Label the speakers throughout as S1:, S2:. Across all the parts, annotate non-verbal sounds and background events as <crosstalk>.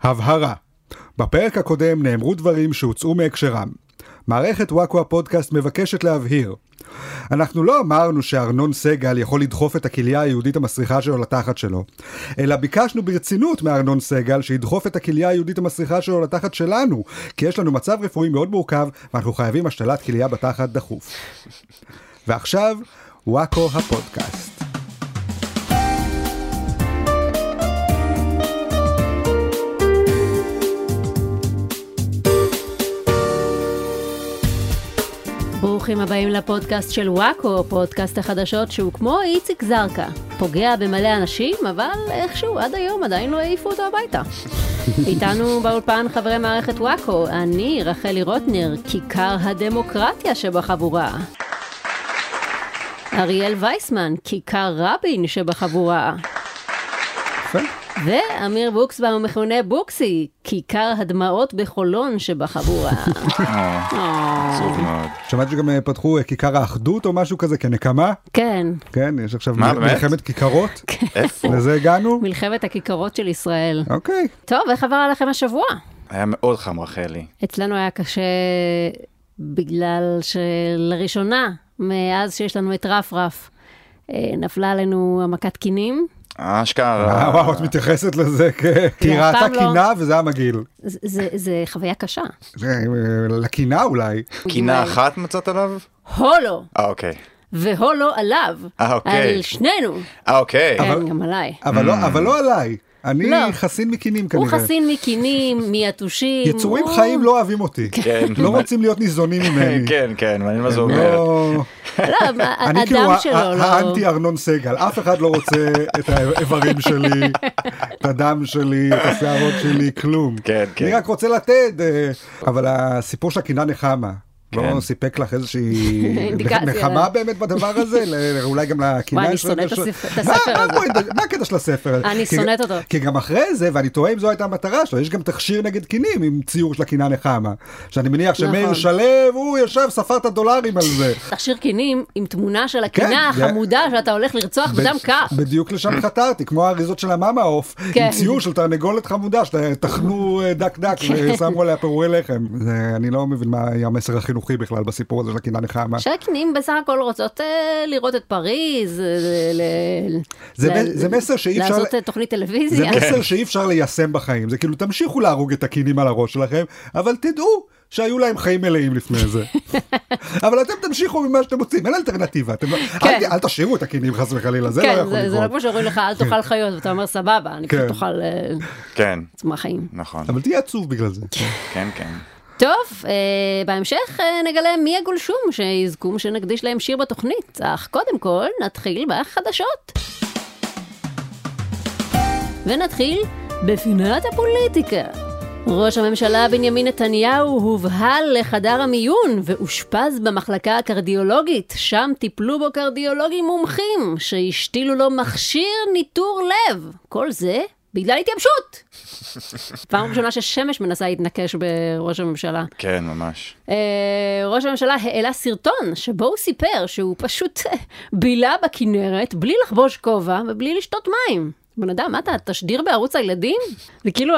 S1: הבהרה בפרק הקודם נאמרו דברים שהוצאו מהקשרם. מערכת וואקו הפודקאסט מבקשת להבהיר. אנחנו לא אמרנו שארנון סגל יכול לדחוף את הכליה היהודית המסריחה שלו לתחת שלו, אלא ביקשנו ברצינות מארנון סגל שידחוף את הכליה היהודית המסריחה שלו לתחת שלנו, כי יש לנו מצב רפואי מאוד מורכב ואנחנו חייבים השתלת כליה בתחת דחוף. ועכשיו, וואקו הפודקאסט.
S2: ברוכים הבאים לפודקאסט של וואקו, פודקאסט החדשות שהוא כמו איציק זרקא, פוגע במלא אנשים, אבל איכשהו עד היום עדיין לא העיפו אותו הביתה. איתנו באולפן חברי מערכת וואקו, אני רחלי רוטנר, כיכר הדמוקרטיה שבחבורה. אריאל וייסמן, כיכר רבין שבחבורה.
S1: יפה.
S2: ואמיר בוקסבאום המכונה בוקסי, כיכר הדמעות בחולון שבחבורה.
S3: עצוב מאוד.
S1: שמעתי שגם אה, פתחו אה, כיכר האחדות או משהו כזה כנקמה,
S2: כן,
S1: כן, יש עכשיו
S3: מה,
S1: מ-
S3: באמת?
S1: מלחמת כיכרות,
S3: איפה?
S1: לזה הגענו.
S2: מלחמת הכיכרות של ישראל.
S1: אוקיי.
S2: טוב, איך עבר עליכם השבוע?
S3: היה מאוד חם, רחלי.
S2: אצלנו היה קשה בגלל שלראשונה, מאז שיש לנו את רפרף, אה, נפלה עלינו המכת קינים.
S1: אה,
S3: אשכרה.
S1: וואו, את מתייחסת לזה כ- כי
S2: אף
S1: היא ראתה
S2: פעם לא.
S1: קינה וזה היה מגעיל.
S2: זה, זה, זה חוויה קשה.
S1: זה, אה, לקינה אולי.
S3: קינה אחת מצאת עליו?
S2: הולו,
S3: אה, אוקיי.
S2: והולו עליו.
S3: אה, אוקיי.
S2: על שנינו.
S3: אה, אוקיי.
S2: כן, גם עליי.
S1: אבל
S3: Mm.
S1: לא- אבל לא עליי. אני
S2: לא.
S1: חסין מקינים כנראה.
S2: הוא חסין מקינים, מיתושים.
S1: יצורים
S2: הוא-
S1: חיים לא אוהבים אותי.
S3: כן.
S1: לא רוצים להיות ניזונים ממני.
S3: כן, כן, מעניין מה זה אומר.
S1: לא...
S2: לא, מה-
S1: אני כאילו
S2: הדם
S1: ה-
S2: שלו
S1: ה-
S2: לא...
S1: האנטי ארנון סגל, אף אחד לא
S2: <laughs>
S1: רוצה את האיברים שלי, את הדם שלי, את השערות שלי, כלום.
S3: כן, כן.
S1: אני רק רוצה לתת, אה, אבל הסיפור של הקינה נחמה. לא
S3: כן.
S1: סיפק לך איזושהי
S2: <laughs> אינדיקציה.
S1: נחמה באמת בדבר הזה? ל- אולי גם לקינה
S2: וואי, אני
S1: יש לה
S2: שונאת את
S1: איזשהו-
S2: הספר- את
S1: מה-
S2: הספר
S1: מה
S2: הזה.
S1: הפואנטה- מה הקטע של הספר הזה?
S2: אני
S1: כי-
S2: שונאת אותו.
S1: כי גם אחרי זה, ואני תוהה אם זו הייתה המטרה שלו, יש גם תכשיר נגד קינים עם ציור של הקינה נחמה. שאני מניח שמאיר
S2: נכון.
S1: שלו, הוא ישב, ספר את הדולרים על זה.
S2: תכשיר קינים עם תמונה של הקינה
S1: כן, זה-
S2: החמודה שאתה הולך לרצוח בדם קר.
S1: בדיוק לשם חתרתי, כמו האריזות של המאמה עוף, עם
S2: כן.
S1: ציור של תרנגולת חמודה שטחנו אה, דק דק
S2: כן.
S1: ושמו עליה פירורי לחם. זה- אני לא מבין מה היה המסר החינוכי בכלל בסיפור הזה של הקינה נחמה.
S2: שהקנים בסך הכל רוצות אה, לראות את פריז, אה, ל- ל-
S1: זה
S2: ל-
S1: מ- זה מסר שאי אפשר-
S2: לעשות אה, תוכנית
S1: זה
S2: טלוויזיה.
S1: מסר שאי אפשר ליישם בחיים, זה כאילו תמשיכו להרוג את הקינים על הראש שלכם, אבל תדעו שהיו להם חיים מלאים לפני
S2: <laughs>
S1: זה. אבל אתם תמשיכו ממה שאתם רוצים, אין אלטרנטיבה, אתם לא-
S2: כן.
S1: אל ת- אל תשאירו את הקינים חס וחלילה, זה לא
S2: כן,
S1: יכול
S2: זה- זה לא
S1: לקרות.
S2: כמו שאומרים לך, אל תאכל חיות, ואתה אומר סבבה, אני פשוט
S1: כן.
S2: אוכל אה,
S3: כן,
S2: עצמה חיים.
S3: נכון.
S1: אבל תהיה עצוב בגלל זה.
S3: כן, כן.
S2: טוב, אה, בהמשך אה, נגלה מי הגולשום שיזכו שנקדיש להם שיר בתוכנית, אך קודם כל נתחיל בחדשות. ונתחיל בפינת הפוליטיקה. ראש הממשלה בנימין נתניהו הובהל לחדר המיון ואושפז במחלקה הקרדיולוגית, שם טיפלו בו קרדיולוגים מומחים שהשתילו לו מכשיר ניטור לב. כל זה בגלל התייבשות. פעם ראשונה ששמש מנסה להתנקש בראש הממשלה.
S3: כן, ממש.
S2: אה, ראש הממשלה העלה סרטון שבו הוא סיפר שהוא פשוט אה, בילה בכנרת בלי לחבוש כובע ובלי לשתות מים. בן אדם, מה אתה, תשדיר בערוץ הילדים? וכאילו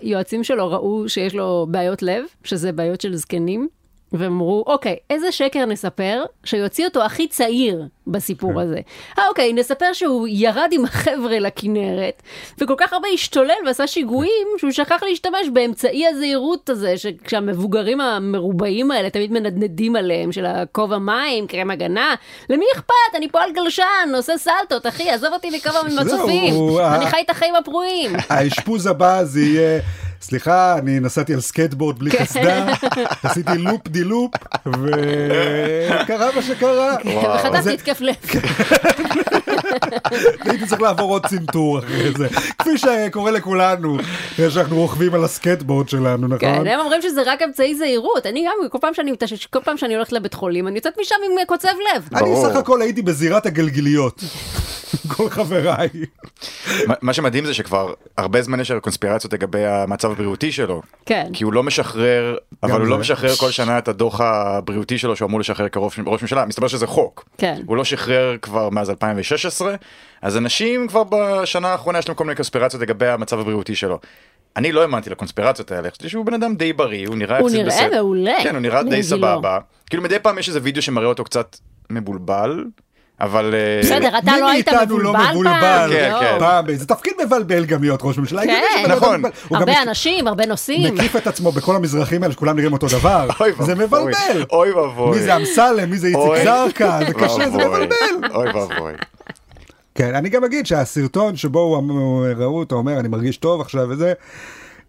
S2: היועצים שלו ראו שיש לו בעיות לב, שזה בעיות של זקנים, והם אמרו, אוקיי, איזה שקר נספר שיוציא אותו הכי צעיר
S1: כן.
S2: בסיפור הזה. אה, אוקיי, נספר שהוא ירד עם החבר'ה לכנרת, וכל כך הרבה השתולל ועשה שיגועים, שהוא שכח להשתמש באמצעי הזהירות הזה, שכשהמבוגרים המרובעים האלה תמיד מנדנדים עליהם, של הכובע מים, קרם הגנה, למי אכפת? אני פה על גלשן, עושה סלטות, אחי, עזוב אותי
S1: <laughs>
S2: מכובע ממצופים,
S1: זהו,
S2: אני
S1: אה.
S2: חי את החיים הפרועים.
S1: האשפוז הבא זה יהיה, סליחה, אני נסעתי על סקטבורד בלי
S2: כן.
S1: קסדה, עשיתי לופ די לופ, וקרה מה שקרה.
S2: כן, וחטפתי
S1: זה-
S2: התקף לב.
S1: הייתי צריך לעבור עוד צנתור אחרי זה, כפי שקורה לכולנו, אחרי שאנחנו רוכבים על הסקטבורד שלנו, נכון?
S2: כן, הם אומרים שזה רק אמצעי זהירות. אני גם, כל פעם שאני, מתש- כל פעם שאני הולכת לבית חולים, אני יוצאת משם עם אה, קוצב לב.
S1: אני
S3: ברור.
S1: סך הכל הייתי בזירת הגלגיליות, כל חבריי.
S3: מה- מה שמדהים זה שכבר הרבה זמן יש על קונספירציות לגבי המצב הבריאותי שלו.
S2: כן.
S3: כי הוא לא משחרר, אבל הוא
S1: זה.
S3: לא משחרר כל שנה את הדוח הבריאותי שלו שהוא אמור לשחרר כראש ראש ממשלה, מסתבר שזה חוק.
S2: כן.
S3: הוא לא שחרר כבר מאז 2016, אז אנשים כבר בשנה האחרונה יש להם כל מיני קונספירציות לגבי המצב הבריאותי שלו. אני לא האמנתי לקונספירציות האלה, חשבתי שהוא בן אדם די בריא, הוא נראה
S2: הוא
S3: יחסית
S2: נראה
S3: בסדר.
S2: מעולה.
S3: כן, הוא נראה די
S2: בגילו.
S3: סבבה. כאילו מדי פעם יש איזה וידאו שמראה אותו קצת מבולבל, אבל... אה,
S2: בסדר, אתה
S1: מי
S2: לא היית
S1: מאיתנו
S2: מבולבל
S1: לא
S2: פעם?
S1: מבולבל?
S3: כן,
S2: לא.
S3: כן.
S1: פעם, זה תפקיד מבלבל גם להיות ראש ממשלה. הגיוני
S2: כן,
S1: שבן אדם
S3: נכון.
S1: מבלבל. הוא גם
S2: הרבה
S1: מק-
S2: אנשים, הרבה נושאים.
S1: מקיף את עצמו בכל המזרחים האלה שכולם נראים אותו דבר.
S3: אוי ואבוי.
S1: זה מבלבל.
S3: אוי ואבוי.
S1: מי זה אמסלם, מי זה איציק
S3: אוי.
S1: זרקא, זה קשה, זה
S3: ואבוי.
S1: מבלבל.
S3: אוי ואבוי.
S1: כן, אני גם אגיד שהסרטון שבו הוא אמר- ראו אותו אומר, אני מרגיש טוב עכשיו וזה,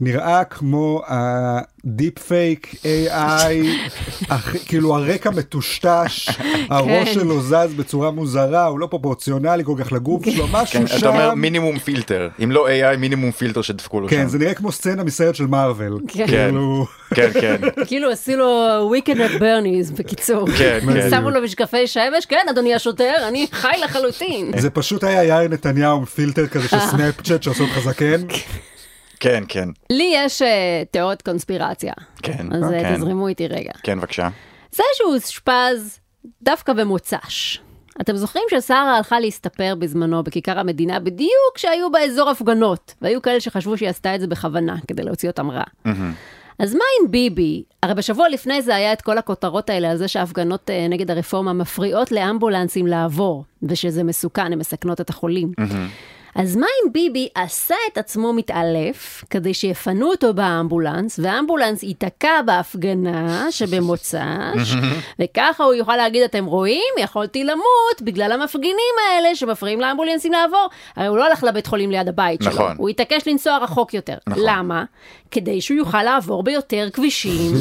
S1: נראה כמו הדיפ פייק AI,
S3: <laughs>
S1: אך- כאילו הרקע מטושטש, הראש
S2: כן.
S1: שלו זז בצורה מוזרה, הוא לא פרופורציונלי כל כך לגוף שלו,
S3: כן,
S1: משהו
S3: אתה אומר
S1: שם.
S3: מינימום פילטר, אם לא AI מינימום פילטר שדפקו לו
S1: כן,
S3: שם.
S1: זה נראה כמו סצנה מסרט של מארוול.
S2: כן.
S1: כאילו,
S3: כן, כן,
S2: כאילו עשו לו weekend at ברניז, בקיצור.
S3: כן, כן.
S2: שמו לו משקפי שמש, כן, אדוני השוטר, אני חי
S3: <laughs>
S2: לחלוטין.
S1: זה פשוט היה יאיר נתניהו עם פילטר כזה
S2: <laughs>
S1: של סנאפצ'אט שעושה אותך זקן.
S3: כן, כן,
S2: לי יש אה, תיאוריית קונספירציה.
S3: כן,
S2: אז אה,
S3: כן.
S2: תזרמו איתי רגע.
S3: כן, בבקשה.
S2: זה שהוא אושפז דווקא במוצ"ש. אתם זוכרים ששרה הלכה להסתפר בזמנו בכיכר המדינה בדיוק כשהיו באזור הפגנות, והיו כאלה שחשבו שהיא עשתה את זה בכוונה כדי להוציא אותם רע. אז מה עם ביבי? הרי בשבוע לפני זה היה את כל הכותרות האלה על זה שההפגנות אה, נגד הרפורמה מפריעות לאמבולנסים לעבור, ושזה מסוכן, הן מסכנות את החולים. אז מה אם ביבי עשה את עצמו מתעלף כדי שיפנו אותו באמבולנס, והאמבולנס ייתקע בהפגנה
S3: <laughs>
S2: שבמוצ"ש, וככה הוא יוכל להגיד, אתם רואים, יכולתי למות בגלל המפגינים האלה שמפריעים לאמבולנסים לעבור. הרי הוא לא הלך לבית חולים ליד הבית שלו,
S3: נכון.
S2: הוא התעקש לנסוע רחוק יותר.
S3: נכון.
S2: למה? כדי שהוא יוכל לעבור ביותר
S3: <laughs>
S2: כבישים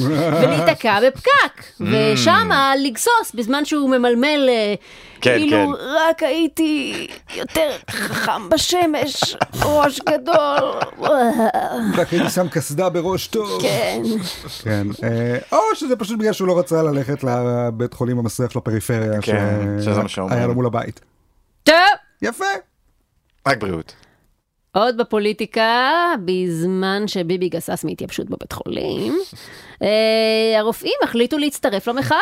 S2: ולהיתקע בפקק,
S3: Mm.
S2: ושמה לגסוס בזמן שהוא ממלמל, אה,
S3: כן,
S2: כאילו,
S3: כן.
S2: רק הייתי יותר חכם בשמש, ראש גדול.
S1: רק הייתי שם קסדה בראש טוב.
S2: כן,
S1: כן, אה, או שזה פשוט בגלל שהוא לא רצה ללכת לבית חולים המסריח של הפריפריה,
S3: כן,
S1: ש-
S3: שזה מה שאומרים.
S1: היה לו מול הבית.
S2: טוב.
S1: יפה.
S3: רק בריאות.
S2: עוד בפוליטיקה, בזמן שביבי גסס מהתייבשות בבית חולים, אה, הרופאים החליטו להצטרף למחאה.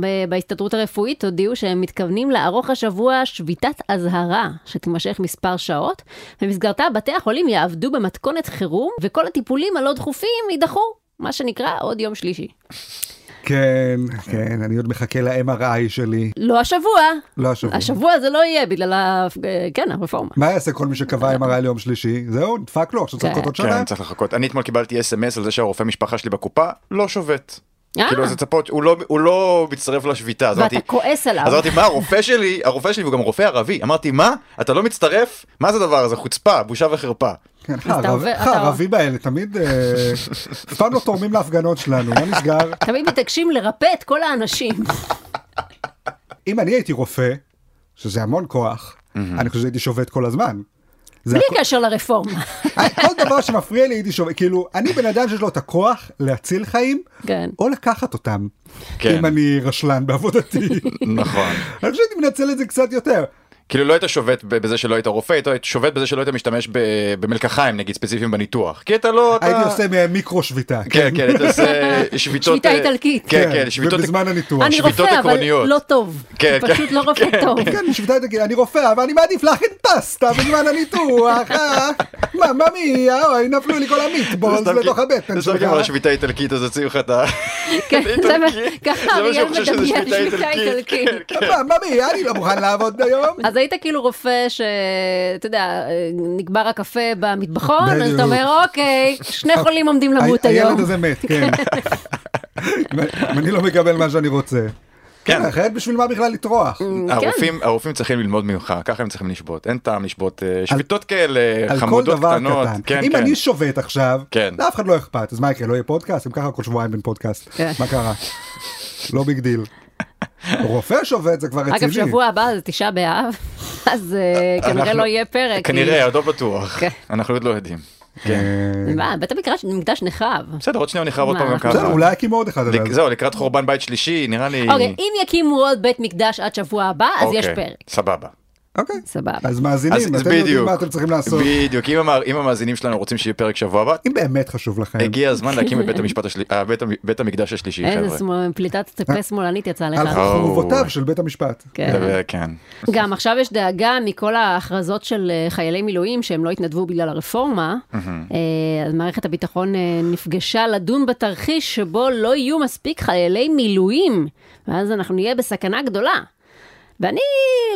S2: ב- בהסתדרות הרפואית הודיעו שהם מתכוונים לערוך השבוע שביתת אזהרה שתימשך מספר שעות, במסגרתה בתי החולים יעבדו במתכונת חירום וכל הטיפולים הלא דחופים יידחו, מה שנקרא עוד יום שלישי.
S1: כן, כן, אני עוד מחכה ל-MRI שלי,
S2: לא השבוע,
S1: לא השבוע.
S2: השבוע זה לא יהיה בגלל ה... אה, כן, הרפורמה.
S1: מה יעשה כל מי שקבע MRI ליום שלישי? זהו, נדפק לו, עכשיו צריך
S2: כן.
S1: לחכות עוד שנה.
S3: כן, צריך לחכות. אני אתמול קיבלתי אס.אם.אס על זה שהרופא משפחה שלי בקופה לא שובת.
S2: אה.
S3: כאילו אז לצפות, הוא לא- הוא לא מצטרף לשביתה. אז
S2: ואתה
S3: אמרתי-
S2: כועס עליו.
S3: אז אמרתי, מה הרופא שלי, הרופא שלי הוא גם רופא ערבי. אמרתי, מה? אתה לא מצטרף? מה זה הדבר הזה? חוצפה, בושה וחרפה.
S1: כן, איך
S2: אתה
S1: הערב-
S2: עובר-
S1: איך
S2: אתה-
S1: הערבים האלה תמיד, אה, אף פעם לא תורמים להפגנות שלנו, מה נסגר?
S2: תמיד מתעקשים לרפא את כל האנשים.
S1: אם אני הייתי רופא, שזה המון כוח, אני חושב שהייתי שובת כל הזמן. זה
S2: בלי
S1: הכ- אה,
S2: קשר לרפורמה.
S1: כל דבר שמפריע לי הייתי שווה, כאילו, אני בן אדם שיש לו את הכוח להציל חיים,
S2: כן.
S1: או לקחת אותם,
S3: כן.
S1: אם אני רשלן
S3: <laughs>
S1: בעבודתי.
S3: נכון.
S1: אני חושב שהייתי מנצל את זה קצת יותר.
S3: כאילו לא היית שובת ב- בזה שלא היית רופא, היית שובת בזה שלא היית משתמש ב- במלקחיים נגיד ספציפיים בניתוח. כי אתה לא... אתה-
S1: הייתי עושה מהם מיקרו שביתה.
S3: כן, כן, היית עושה שביתות...
S2: שביתה
S3: אה,
S2: איטלקית.
S3: כן, כן, שביתות...
S1: ובזמן הניתוח.
S2: אני
S3: שביתות
S2: רופא, אבל
S3: עקרוניות.
S2: לא טוב.
S3: כן, כן,
S2: פשוט לא רופא
S3: כן,
S2: טוב.
S1: כן, שביתה הייתי, אני רופא, אבל אני מעדיף להכין פסטה בזמן הניתוח,
S3: <laughs>
S1: אה? מה, מה מי, אה, אוי, נפלו לי כל המיטבולס
S3: סתם כי-
S1: לתוך הבטן
S3: זה סתם
S1: שלך.
S3: כי אמר שביתה איטלקית אז הוציאו לך את ה...
S2: כן,
S3: איטלקי.
S2: זה מה-
S3: זה
S2: ככה
S3: מה
S2: אריאל
S3: שאני חושב שזה
S2: מדמיין
S3: שביתה
S2: שביתה
S3: איטלקית. כן.
S2: איטלקית.
S1: מה, מה מי, אני לא מוכן לעבוד היום.
S2: אז היית כאילו רופא שאתה יודע, נגמר הקפה במטבחון, אז
S1: בדיוק.
S2: אתה אומר, אוקיי,
S3: <laughs>
S2: שני חולים עומדים למות
S1: ה-
S2: היום.
S1: הילד הזה מת, כן. אם אני לא מקבל מה שאני רוצה. כן,
S3: כן.
S1: אחרת בשביל מה בכלל לטרוח?
S2: כן.
S3: הרופאים, הרופאים צריכים ללמוד ממך, ככה הם צריכים לשבות, אין טעם לשבות אה, שביתות כאלה,
S1: על כל
S3: חמודות
S1: דבר
S3: קטנות.
S1: קטן.
S3: כן,
S1: אם
S3: כן.
S1: אני שובת עכשיו,
S3: כן.
S1: לאף אחד לא אכפת, אז מה יקרה, לא יהיה פודקאסט? אם ככה כל שבועיים בין פודקאסט.
S2: כן.
S1: מה קרה? לא ביג דיל. רופא שובת זה כבר רציני.
S2: אגב, שבוע הבא זה תשעה באב, <laughs> אז אה, כנראה
S3: אנחנו-
S2: לא יהיה פרק. כי-
S3: כנראה, עוד לא בטוח,
S2: כן.
S3: אנחנו עוד לא יודעים.
S1: אה,
S2: מה, בית המקדש מקדש נחרב.
S3: בסדר, עוד שנייה נחרב עוד
S2: מה,
S3: פעם גם
S2: אנחנו-
S3: ככה.
S1: בסדר, אולי יקימו עוד אחד. אבל-
S3: לק- זהו, לקראת חורבן בית שלישי, נראה לי...
S2: אוקיי, אם יקימו עוד בית מקדש עד שבוע הבא, אז יש
S3: אוקיי,
S2: פרק.
S3: סבבה.
S1: אוקיי.
S2: סבבה.
S1: אז מאזינים,
S3: אז
S1: אתם יודעים
S3: בדיוק.
S1: מה אתם צריכים לעשות. כן.
S3: בדיוק, אם המא- אם המאזינים שלנו רוצים שיהיה פרק שבוע הבא,
S1: אם באמת חשוב לכם.
S3: הגיע הזמן להקים את בית המשפט השלי- אה, בית המ- בית המקדש השלישי,
S2: איזה
S3: חבר'ה.
S2: שמאל- פליטת פה שמאלנית יצאה לך.
S1: על
S3: אה.
S1: חורבותיו של בית המשפט.
S2: כן.
S3: אה, כן.
S2: גם עכשיו יש דאגה מכל ההכרזות של אה, חיילי מילואים שהם לא התנדבו בגלל הרפורמה. אה, אז מערכת הביטחון אה, נפגשה לדון בתרחיש שבו לא יהיו מספיק חיילי מילואים, ואז אנחנו נהיה בסכנה גדולה. ואני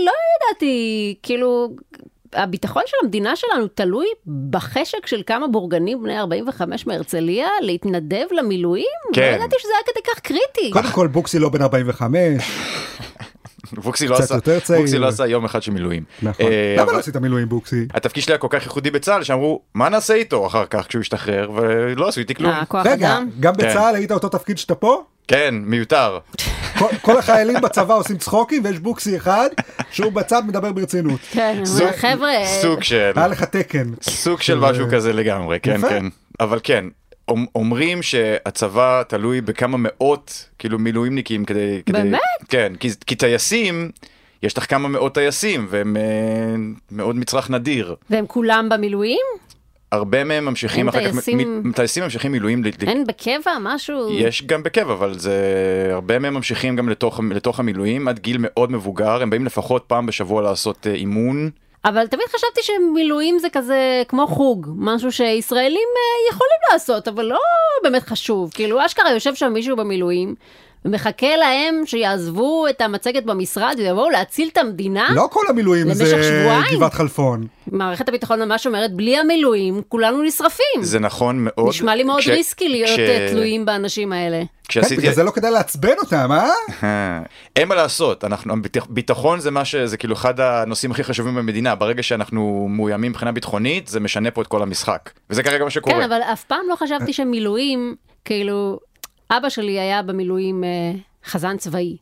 S2: לא ידעתי, כאילו, הביטחון של המדינה שלנו תלוי בחשק של כמה בורגנים בני 45 מהרצליה להתנדב למילואים?
S3: כן.
S2: לא ידעתי שזה היה כדי כך קריטי.
S1: קודם כל בוקסי לא בן 45.
S3: ווקסי לא
S1: קצת
S3: עשה-
S1: יותר צעיר.
S3: ווקסי לא עשה יום אחד של מילואים.
S1: נכון.
S3: אה,
S1: למה
S3: אבל-
S1: לא עשית מילואים בוקסי?
S3: התפקיד שלי היה כל כך ייחודי בצה"ל שאמרו מה נעשה איתו אחר כך כשהוא ישתחרר ולא עשו איתי כלום.
S2: אה, כוח
S1: רגע,
S2: אדם?
S1: גם
S3: כן.
S1: בצה"ל היית אותו תפקיד שאתה פה?
S3: כן מיותר.
S1: כל- כל החיילים בצבא עושים צחוקים ויש בוקסי אחד שהוא בצד מדבר ברצינות.
S2: כן,
S3: סוג-
S2: חבר'ה,
S3: סוג של
S1: היה לך תקן. אה?
S3: סוג של משהו כזה לגמרי כן
S1: יפה.
S3: כן אבל כן. אומ- אומרים שהצבא תלוי בכמה מאות כאילו מילואימניקים כדי כדי
S2: באמת?
S3: כן כי, כי טייסים יש לך כמה מאות טייסים והם אה, מאוד מצרך נדיר
S2: והם כולם במילואים?
S3: הרבה מהם ממשיכים
S2: הם
S3: אחר כך
S2: טייסים-
S3: מ- מ- טייסים ממשיכים מילואים ל- ל-
S2: אין בקבע משהו?
S3: יש גם בקבע אבל זה הרבה מהם ממשיכים גם לתוך לתוך המילואים עד גיל מאוד מבוגר הם באים לפחות פעם בשבוע לעשות אה, אימון
S2: אבל תמיד חשבתי שמילואים זה כזה כמו חוג, משהו שישראלים אה, יכולים לעשות, אבל לא באמת חשוב. כאילו, אשכרה יושב שם מישהו במילואים, ומחכה להם שיעזבו את המצגת במשרד ויבואו להציל את המדינה.
S1: לא כל המילואים
S2: למשך
S1: זה
S2: שבועיים?
S1: גבעת חלפון. כן,
S2: מערכת הביטחון ממש אומרת, בלי המילואים כולנו נשרפים.
S3: זה נכון מאוד
S2: נשמע לי מאוד
S3: כש-
S2: ריסקי להיות
S3: כש-
S2: אה, תלויים באנשים האלה.
S1: כן,
S3: כשעשיתי
S1: בגלל זה לא כדאי לעצבן אותם, אה?
S3: אה, אין מה לעשות אנחנו הביטח- ביטחון זה מה שזה כאילו אחד הנושאים הכי חשובים במדינה ברגע שאנחנו מאוימים מבחינה ביטחונית זה משנה פה את כל המשחק וזה כרגע מה שקורה
S2: כן, אבל אף פעם לא חשבתי שמילואים, כאילו, אבא שלי היה במילואים אה, חזן
S3: <laughs>
S2: צבאי.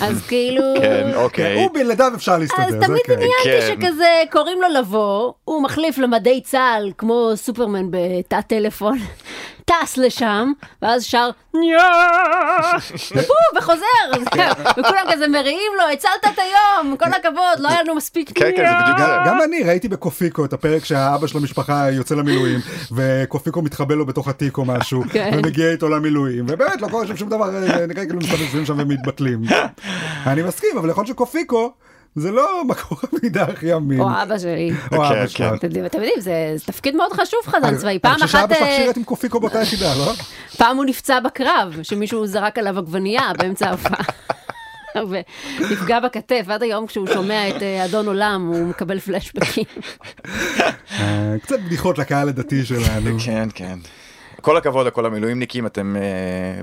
S2: אז כאילו...
S3: כן אוקיי
S1: הוא בלעדיו אפשר
S2: אז
S1: להסתדר, זה
S2: תמיד
S1: כן.
S2: דמיינתי
S3: כן.
S2: שכזה קוראים לו לבוא, הוא מחליף למדי צה"ל כמו סופרמן בתא טלפון, <laughs> טס לשם, ואז שר
S3: <laughs>
S2: "ניה", ופו, וחוזר, <laughs> זהו. וכולם כזה מריעים לו, הצלת את היום, כל הכבוד, לא היה לנו מספיק
S3: כן, כן, זה בדיוק
S2: "ניה".
S3: זה.
S1: גם- גם אני ראיתי בקופיקו את הפרק שהאבא של המשפחה יוצא למילואים וקופיקו מתחבא לו בתוך התיק או משהו
S2: כן.
S1: ומגיע איתו למילואים ובאמת לא קורה שם שום דבר אה, נראה כאילו מסתובבים שם ומתבטלים. אני מסכים אבל יכול להיות שקופיקו זה לא מקור המידע הכי אמין.
S2: או אבא שלי.
S1: או
S3: כן,
S1: אבא שלך.
S3: כן.
S2: אתם יודעים- אתם יודעים, זה זה תפקיד מאוד חשוב חזן
S1: אני-
S2: צבאי.
S1: אני
S2: פעם
S1: חושב
S2: אחת,
S1: שאבא שלך
S2: אה,
S1: שירת עם קופיקו באותה יחידה,
S2: <laughs>
S1: לא?
S2: פעם הוא נפצע בקרב, שמישהו זרק עליו עגבנייה באמצע ההופעה. ונפגע בכתף, עד היום כשהוא שומע את אה, אדון עולם, הוא מקבל פלשבקים.
S1: אוקיי, אה, קצת בדיחות לקהל הדתי שלנו.
S3: כן כן. כל הכבוד לכל המילואימניקים אתם אה,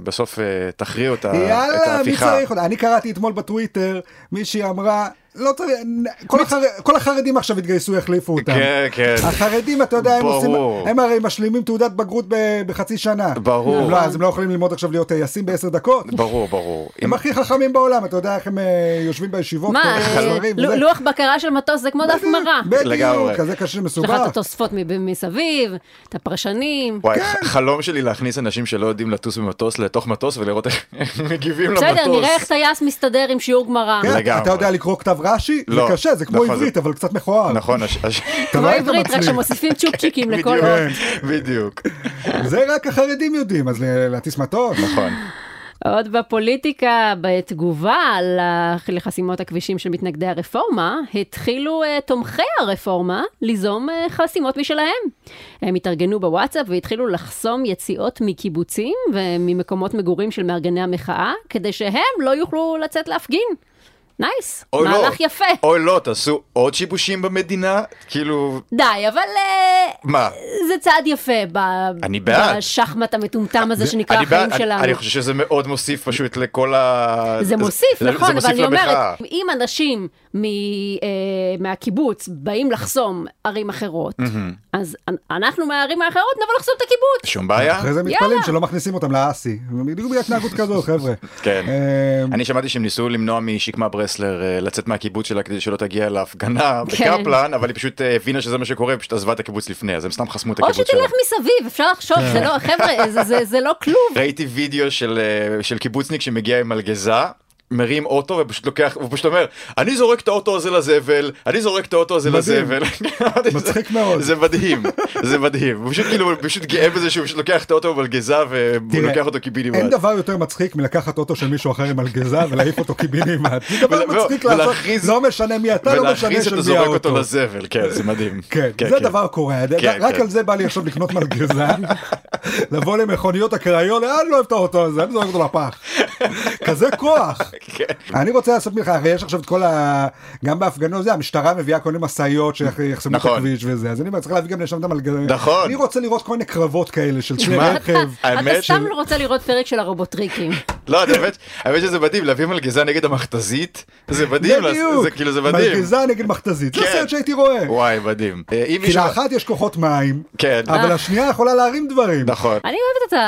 S3: בסוף אה, תכריעו את ה- את
S1: יאללה, מי
S3: ההפיכה.
S1: צריך אותה? אני קראתי אתמול בטוויטר, מישהי אמרה, לא צריך, כל החר- כל החרדים עכשיו התגייסו, יחליפו אותם.
S3: כן, כן.
S1: החרדים, אתה יודע, הם עושים,
S3: ברור.
S1: הם הרי משלימים תעודת בגרות ב- בחצי שנה.
S3: ברור.
S1: הם לא, אז הם לא יכולים ללמוד עכשיו להיות טייסים בעשר דקות.
S3: ברור ברור.
S1: הם
S3: אם-
S1: הכי חכמים בעולם, אתה יודע איך הם אה, יושבים בישיבות,
S2: מה,
S1: קוראים
S2: אה,
S1: ספרים
S2: לו-
S1: וזה.
S2: לוח בקרה של מטוס זה כמו דף גמרא.
S1: בדיוק,
S3: לגמרי.
S1: כזה קשה
S2: יש לך את
S1: מסובך.
S2: התוספות מב- מסביב, את הפרשנים.
S3: וואי, ח- חלום שלי להכניס אנשים שלא יודעים לטוס במטוס לתוך מטוס ולראות איך איך מגיבים למטוס.
S2: בסדר, נראה איך טייס מסתדר עם שיעור גמרא.
S1: כן,
S3: לגמרי.
S1: אתה יודע לקרוא כתב רש"י? זה
S3: לא.
S1: קשה, זה כמו
S3: נכון,
S1: עברית,
S3: זה-
S1: אבל קצת מכוער.
S3: נכון, הש- הש-
S1: אתה
S2: כמו
S1: לא היית
S2: עברית, רק
S1: מצליח.
S2: שמוסיפים צ'ופצ'יקים לכל
S3: <laughs> בדיוק,
S2: אות.
S3: בדיוק,
S1: זה רק החרדים יודעים, אז ל- להטיס מטוס.
S3: נכון.
S2: עוד בפוליטיקה, בתגובה לח- לחסימות הכבישים של מתנגדי הרפורמה, התחילו אה, תומכי הרפורמה ליזום אה, חסימות משלהם. הם התארגנו בוואטסאפ והתחילו לחסום יציאות מקיבוצים וממקומות מגורים של מארגני המחאה, כדי שהם לא יוכלו לצאת להפגין. נייס,
S3: אוי, לא.
S2: מהלך יפה.
S3: אוי לא, תעשו עוד שיבושים במדינה, כאילו,
S2: די, אבל אה,
S3: מה?
S2: זה צעד יפה ב-
S3: אני בעד.
S2: בשחמט המטומטם הזה שנקרא
S3: אני
S2: החיים
S3: בעד- אני-
S2: שלנו.
S3: אני חושב שזה מאוד מוסיף פשוט לכל ה...
S2: זה מוסיף,
S3: זה- זה
S2: נכון, אבל
S3: מוסיף
S2: אני
S3: למחאה.
S2: אומרת, אם אנשים מ- אה, מהקיבוץ באים לחסום ערים אחרות, אז אנ- אנחנו מהערים האחרות נבוא לחסום את הקיבוץ.
S3: שום בעיה?
S1: אחרי זה מתפלאים
S2: יאללה.
S1: שלא מכניסים אותם לאסי. בדיוק בגלל התנהגות כזו, חבר'ה.
S3: כן.
S1: אה,
S3: אני שמעתי שהם ניסו למנוע משקמה ברסלר אה, לצאת מהקיבוץ שלה כדי שלא
S1: <laughs>
S3: תגיע להפגנה
S2: כן.
S3: בקפלן, אבל היא פשוט אה, הבינה שזה מה שקורה, פשוט עזבה את הקיבוץ לפני, אז הם סתם חסמו את
S2: או
S3: הקיבוץ שלה.
S2: שתלך מסביב, אפשר לחשוב, זה לא, חבר'ה, זה- זה- זה לא כלוב.
S3: ראיתי וידאו של, אה, של קיבוצניק שמגיע עם מלגזה. מרים אוטו ופשוט לוקח, הוא פשוט אומר, אני זורק את האוטו הזה לזבל, אני זורק את האוטו הזה
S1: מדהים.
S3: לזבל. <laughs>
S1: מצחיק מאוד.
S3: זה מדהים, זה מדהים. הוא פשוט כאילו, הוא פשוט גאה בזה שהוא פשוט לוקח את האוטו במלגזה והוא
S1: תראה,
S3: לוקח אותו קיבינימט.
S1: אין דבר יותר מצחיק מלקחת אוטו של מישהו אחר עם מלגזה ולהעיף אותו קיבינימט. זה דבר
S3: ול-
S1: מצחיק
S3: ולא-
S1: לעשות,
S3: ולהכריז-
S1: לא משנה מי אתה, לא משנה
S3: ולהכריז
S1: של
S3: שאתה
S1: מי
S3: זורק אותו
S1: האוטו.
S3: לזבל, כן, זה מדהים.
S1: כן, זה דבר קורה,
S3: כן,
S1: רק
S3: כן.
S1: על זה בא לי עכשיו לקנות מלגזה, לבוא למכוניות הקריון, אני לא אוהב את האוטו הזה, אני זורק אותו לפח. כזה כוח.
S3: כן.
S1: אני רוצה לעשות מלחמה, הרי יש עכשיו את כל ה... גם בהפגנות, זה, המשטרה מביאה כל מיני משאיות שיחסמו את
S3: נכון.
S1: הכביש וזה, אז אני צריך להביא גם לשם את המלגזה.
S3: נכון.
S1: אני רוצה לראות כל מיני קרבות כאלה של כלי
S3: תשמע,
S1: רכב.
S2: אתה
S3: האמת
S2: סתם
S3: של-
S2: רוצה לראות פרק של הרובוטריקים.
S3: לא, את האמת, האמת שזה מדהים, להביא מלגזה נגד המכתזית, זה מדהים,
S1: בדיוק.
S3: זה כאילו זה מדהים.
S1: מלגזה נגד מכתזית, זה
S3: כן.
S1: סרט שהייתי רואה.
S3: וואי, מדהים. אה, אם
S1: כי
S3: מישהו-
S1: לאחת יש כוחות מים,
S3: כן.
S2: אה.
S1: אבל השנייה יכולה להרים דברים.
S3: נכון.
S2: אני אוהבת את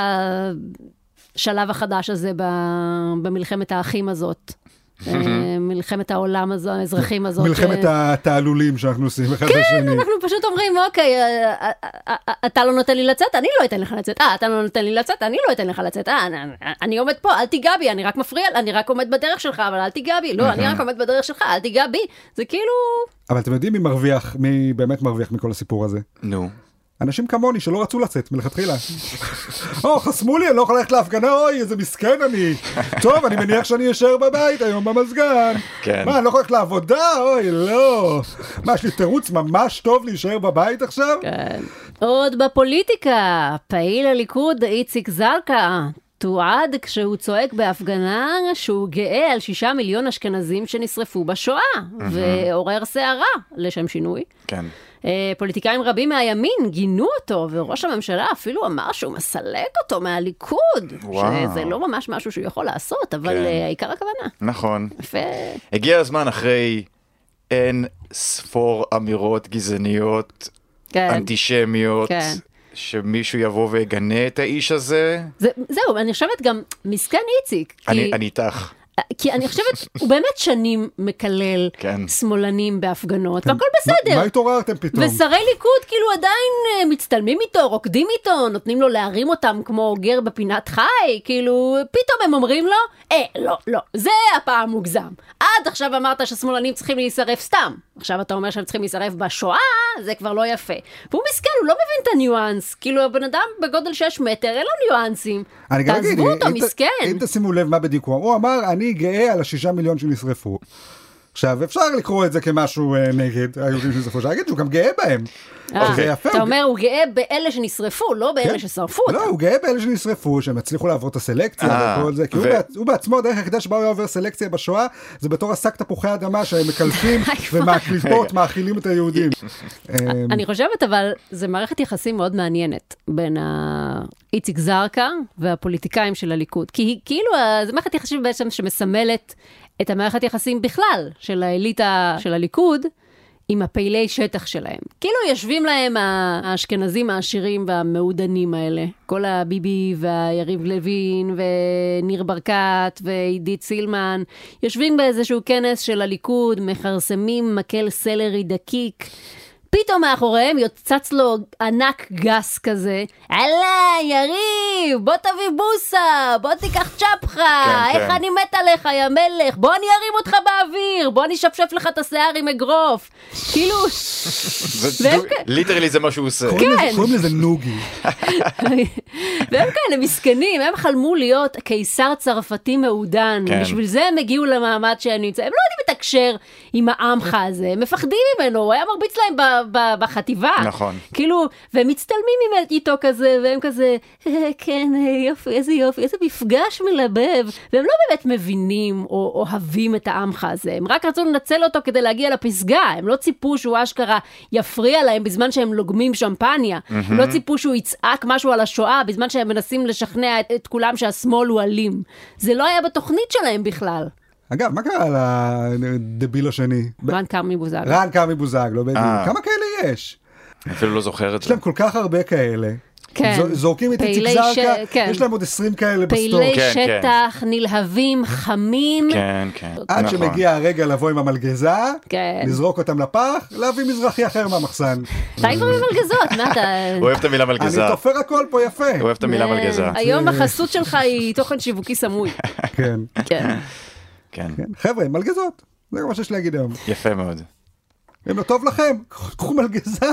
S2: השלב החדש הזה ב- במלחמת האחים הזאת. אה, מלחמת העולם הזו, האזרחים הזאת.
S1: מלחמת
S2: אה,
S1: התעלולים שאנחנו עושים אחד לשני.
S2: כן, אנחנו פשוט אומרים, אוקיי, אה, אה, אה, אה, אתה לא נותן לי לצאת, אני לא אתן לך לצאת. אה, אתה לא נותן לי לצאת, אני לא אתן לך לצאת. אה, אני- אני- אני עומד פה, אל תיגע בי, אני רק מפריע, אני רק עומד בדרך שלך, אבל אל תיגע בי. לא, אני רק עומד בדרך שלך, אל תיגע בי. זה כאילו...
S1: אבל אתם יודעים מי מרוויח, מי באמת מרוויח מכל הסיפור הזה?
S3: נו.
S1: אנשים כמוני שלא רצו לצאת
S3: <laughs>
S1: מלכתחילה. או, חסמו לי, אני לא יכול ללכת להפגנה, אוי, איזה מסכן אני. טוב, אני מניח שאני אשאר בבית היום במזגן.
S3: כן.
S1: מה, אני לא יכול ללכת לעבודה? אוי, לא. מה, יש לי תירוץ ממש טוב להישאר בבית עכשיו?
S2: כן. עוד בפוליטיקה, פעיל הליכוד איציק זרקא. תועד כשהוא צועק בהפגנה שהוא גאה על שישה מיליון אשכנזים שנשרפו בשואה, ועורר סערה, לשם שינוי.
S3: כן.
S2: אה, פוליטיקאים רבים מהימין גינו אותו, וראש הממשלה אפילו אמר שהוא מסלק אותו מהליכוד.
S3: וואו.
S2: שזה לא ממש משהו שהוא יכול לעשות, אבל
S3: כן.
S2: אה, העיקר הכוונה.
S3: נכון.
S2: יפה.
S3: הגיע הזמן אחרי אין ספור אמירות גזעניות,
S2: כן.
S3: אנטישמיות,
S2: כן.
S3: שמישהו יבוא ויגנה את האיש הזה.
S2: זה, זהו, אני חושבת גם, מסכן איציק. כי-
S3: אני אני איתך.
S2: כי אני חושבת, הוא באמת שנים מקלל
S3: כן.
S2: שמאלנים בהפגנות, והכל
S1: מה- מה
S2: בסדר.
S1: התעוררתם פתאום?
S2: ושרי ליכוד כאילו עדיין אה, מצטלמים איתו, רוקדים איתו, נותנים לו להרים אותם כמו גר בפינת חי, כאילו, פתאום הם אומרים לו, אה, לא, לא, זה הפעם מוגזם. עד עכשיו אמרת ששמאלנים צריכים להישרף סתם, עכשיו אתה אומר שהם צריכים להישרף בשואה, זה כבר לא יפה. והוא מסכן, הוא לא מבין את הניואנס, כאילו הבן אדם בגודל 6 מטר, אין לו ניואנסים.
S1: אני גם אגיד,
S2: תעזבו אותו,
S1: אם ת-
S2: מסכן.
S1: אם תשימו לב מה בדיוק הוא אמר, הוא אמר, אני גאה על השישה מיליון שנשרפו. עכשיו, אפשר לקרוא את זה כמשהו אה, נגד היהודים שנשרפו, אפשר להגיד שהוא גם גאה בהם.
S2: אה,
S1: שזה יפה.
S2: אתה
S1: הוא
S2: אומר, הוא גאה באלה שנשרפו, לא באלה ששרפו
S1: אוקיי. לא,
S2: אותם.
S1: הוא גאה באלה שנשרפו, שהם הצליחו לעבור את הסלקציה
S3: אה,
S1: וכל זה, כי הוא
S3: ו-
S1: בעצ- הוא בעצמו, הדרך היחידה שבה הוא היה עובר סלקציה בשואה, זה בתור השק תפוחי אדמה שהם
S2: <laughs>
S1: מקלפים ומהקליפות מאכילים את היהודים. אה,
S2: אני חושבת, אבל זה מערכת יחסים מאוד מעניינת בין ה- איציק זרקא והפוליטיקאים של הליכוד. כי היא כאילו, ה- זו מערכת יחסים בעצם שמסמלת את המערכת יחסים בכלל של האליטה של הליכוד. עם הפעילי שטח שלהם. כאילו יושבים להם ה- האשכנזים העשירים והמעודנים האלה. כל הביבי והיריב לוין וניר ברקת ועידית סילמן, יושבים באיזשהו כנס של הליכוד, מכרסמים מקל סלרי דקיק. פתאום מאחוריהם יוצץ לו ענק גס כזה, הלאה, יריב, בוא תביא בוסה, בוא תיקח צ'פחה,
S3: כן,
S2: איך
S3: כן.
S2: אני מת עליך, יא מלך, בוא אני ארים אותך באוויר, בוא אני אשפשף לך את השיער עם אגרוף.
S3: <laughs>
S2: כאילו, והם כ-
S3: ליטרלי זה מה שהוא עושה.
S1: קוראים לזה-
S2: כן.
S1: קוראים לזה נוגי.
S2: והם כאלה מסכנים, הם חלמו להיות קיסר צרפתי מעודן.
S3: כן.
S2: בשביל זה הם הגיעו למעמד שהם נמצאים. הם לא יודעים לתקשר עם העמך הזה, הם מפחדים ממנו, הוא היה מרביץ להם ב- ב- בחטיבה.
S3: נכון.
S2: כאילו, והם מצטלמים עם- איתו כזה, והם כזה, "אה, כן, אה, יופי, איזה יופי, איזה מפגש מלבב. והם לא באמת מבינים או אוהבים את העמך הזה, הם רק רצו לנצל אותו כדי להגיע לפסגה, הם לא ציפו שהוא אשכרה יפריע להם בזמן שהם לוגמים שמפניה. הם לא ציפו שהוא יצעק משהו על השואה בזמן שהם מנסים לשכנע את, את כולם שהשמאל הוא אלים. זה לא היה בתוכנית שלהם בכלל.
S1: אגב, מה קרה לדביל השני?
S2: רן כרמי בוזגלו.
S1: רן קרמי בוזגלו, בדיוק.
S3: אה.
S1: כמה כאלה יש?
S3: אני אפילו לא זוכר את
S1: יש
S3: זה.
S1: להם כל כך הרבה כאלה.
S2: כן.
S1: זו- זורקים את איציק
S2: פעילי
S1: זרקא,
S2: ש- כן.
S1: יש להם עוד 20 כאלה בסטור.
S2: פעילי
S3: כן, כן.
S2: שטח, נלהבים, חמים.
S3: כן, כן.
S1: עד
S3: נכון.
S1: שמגיע הרגע לבוא עם המלגזה,
S2: כן.
S1: לזרוק אותם לפח, להביא מזרחי אחר מהמחסן.
S2: די כבר במלגזות, מה אתה...
S3: נכון. הוא אוהב את המילה מלגזה.
S1: אני
S3: הוא
S1: תופר הכל פה יפה.
S3: אוהב את המילה
S2: אה,
S3: מלגזה. <laughs>
S2: היום החסות שלך היא תוכן שיווקי סמוי.
S1: כן.
S2: כן.
S3: כן,
S1: כן. חבר'ה, מלגזות, זה מה שיש להגיד היום.
S3: יפה מאוד.
S1: אם לא טוב לכם, קחו מלגזה,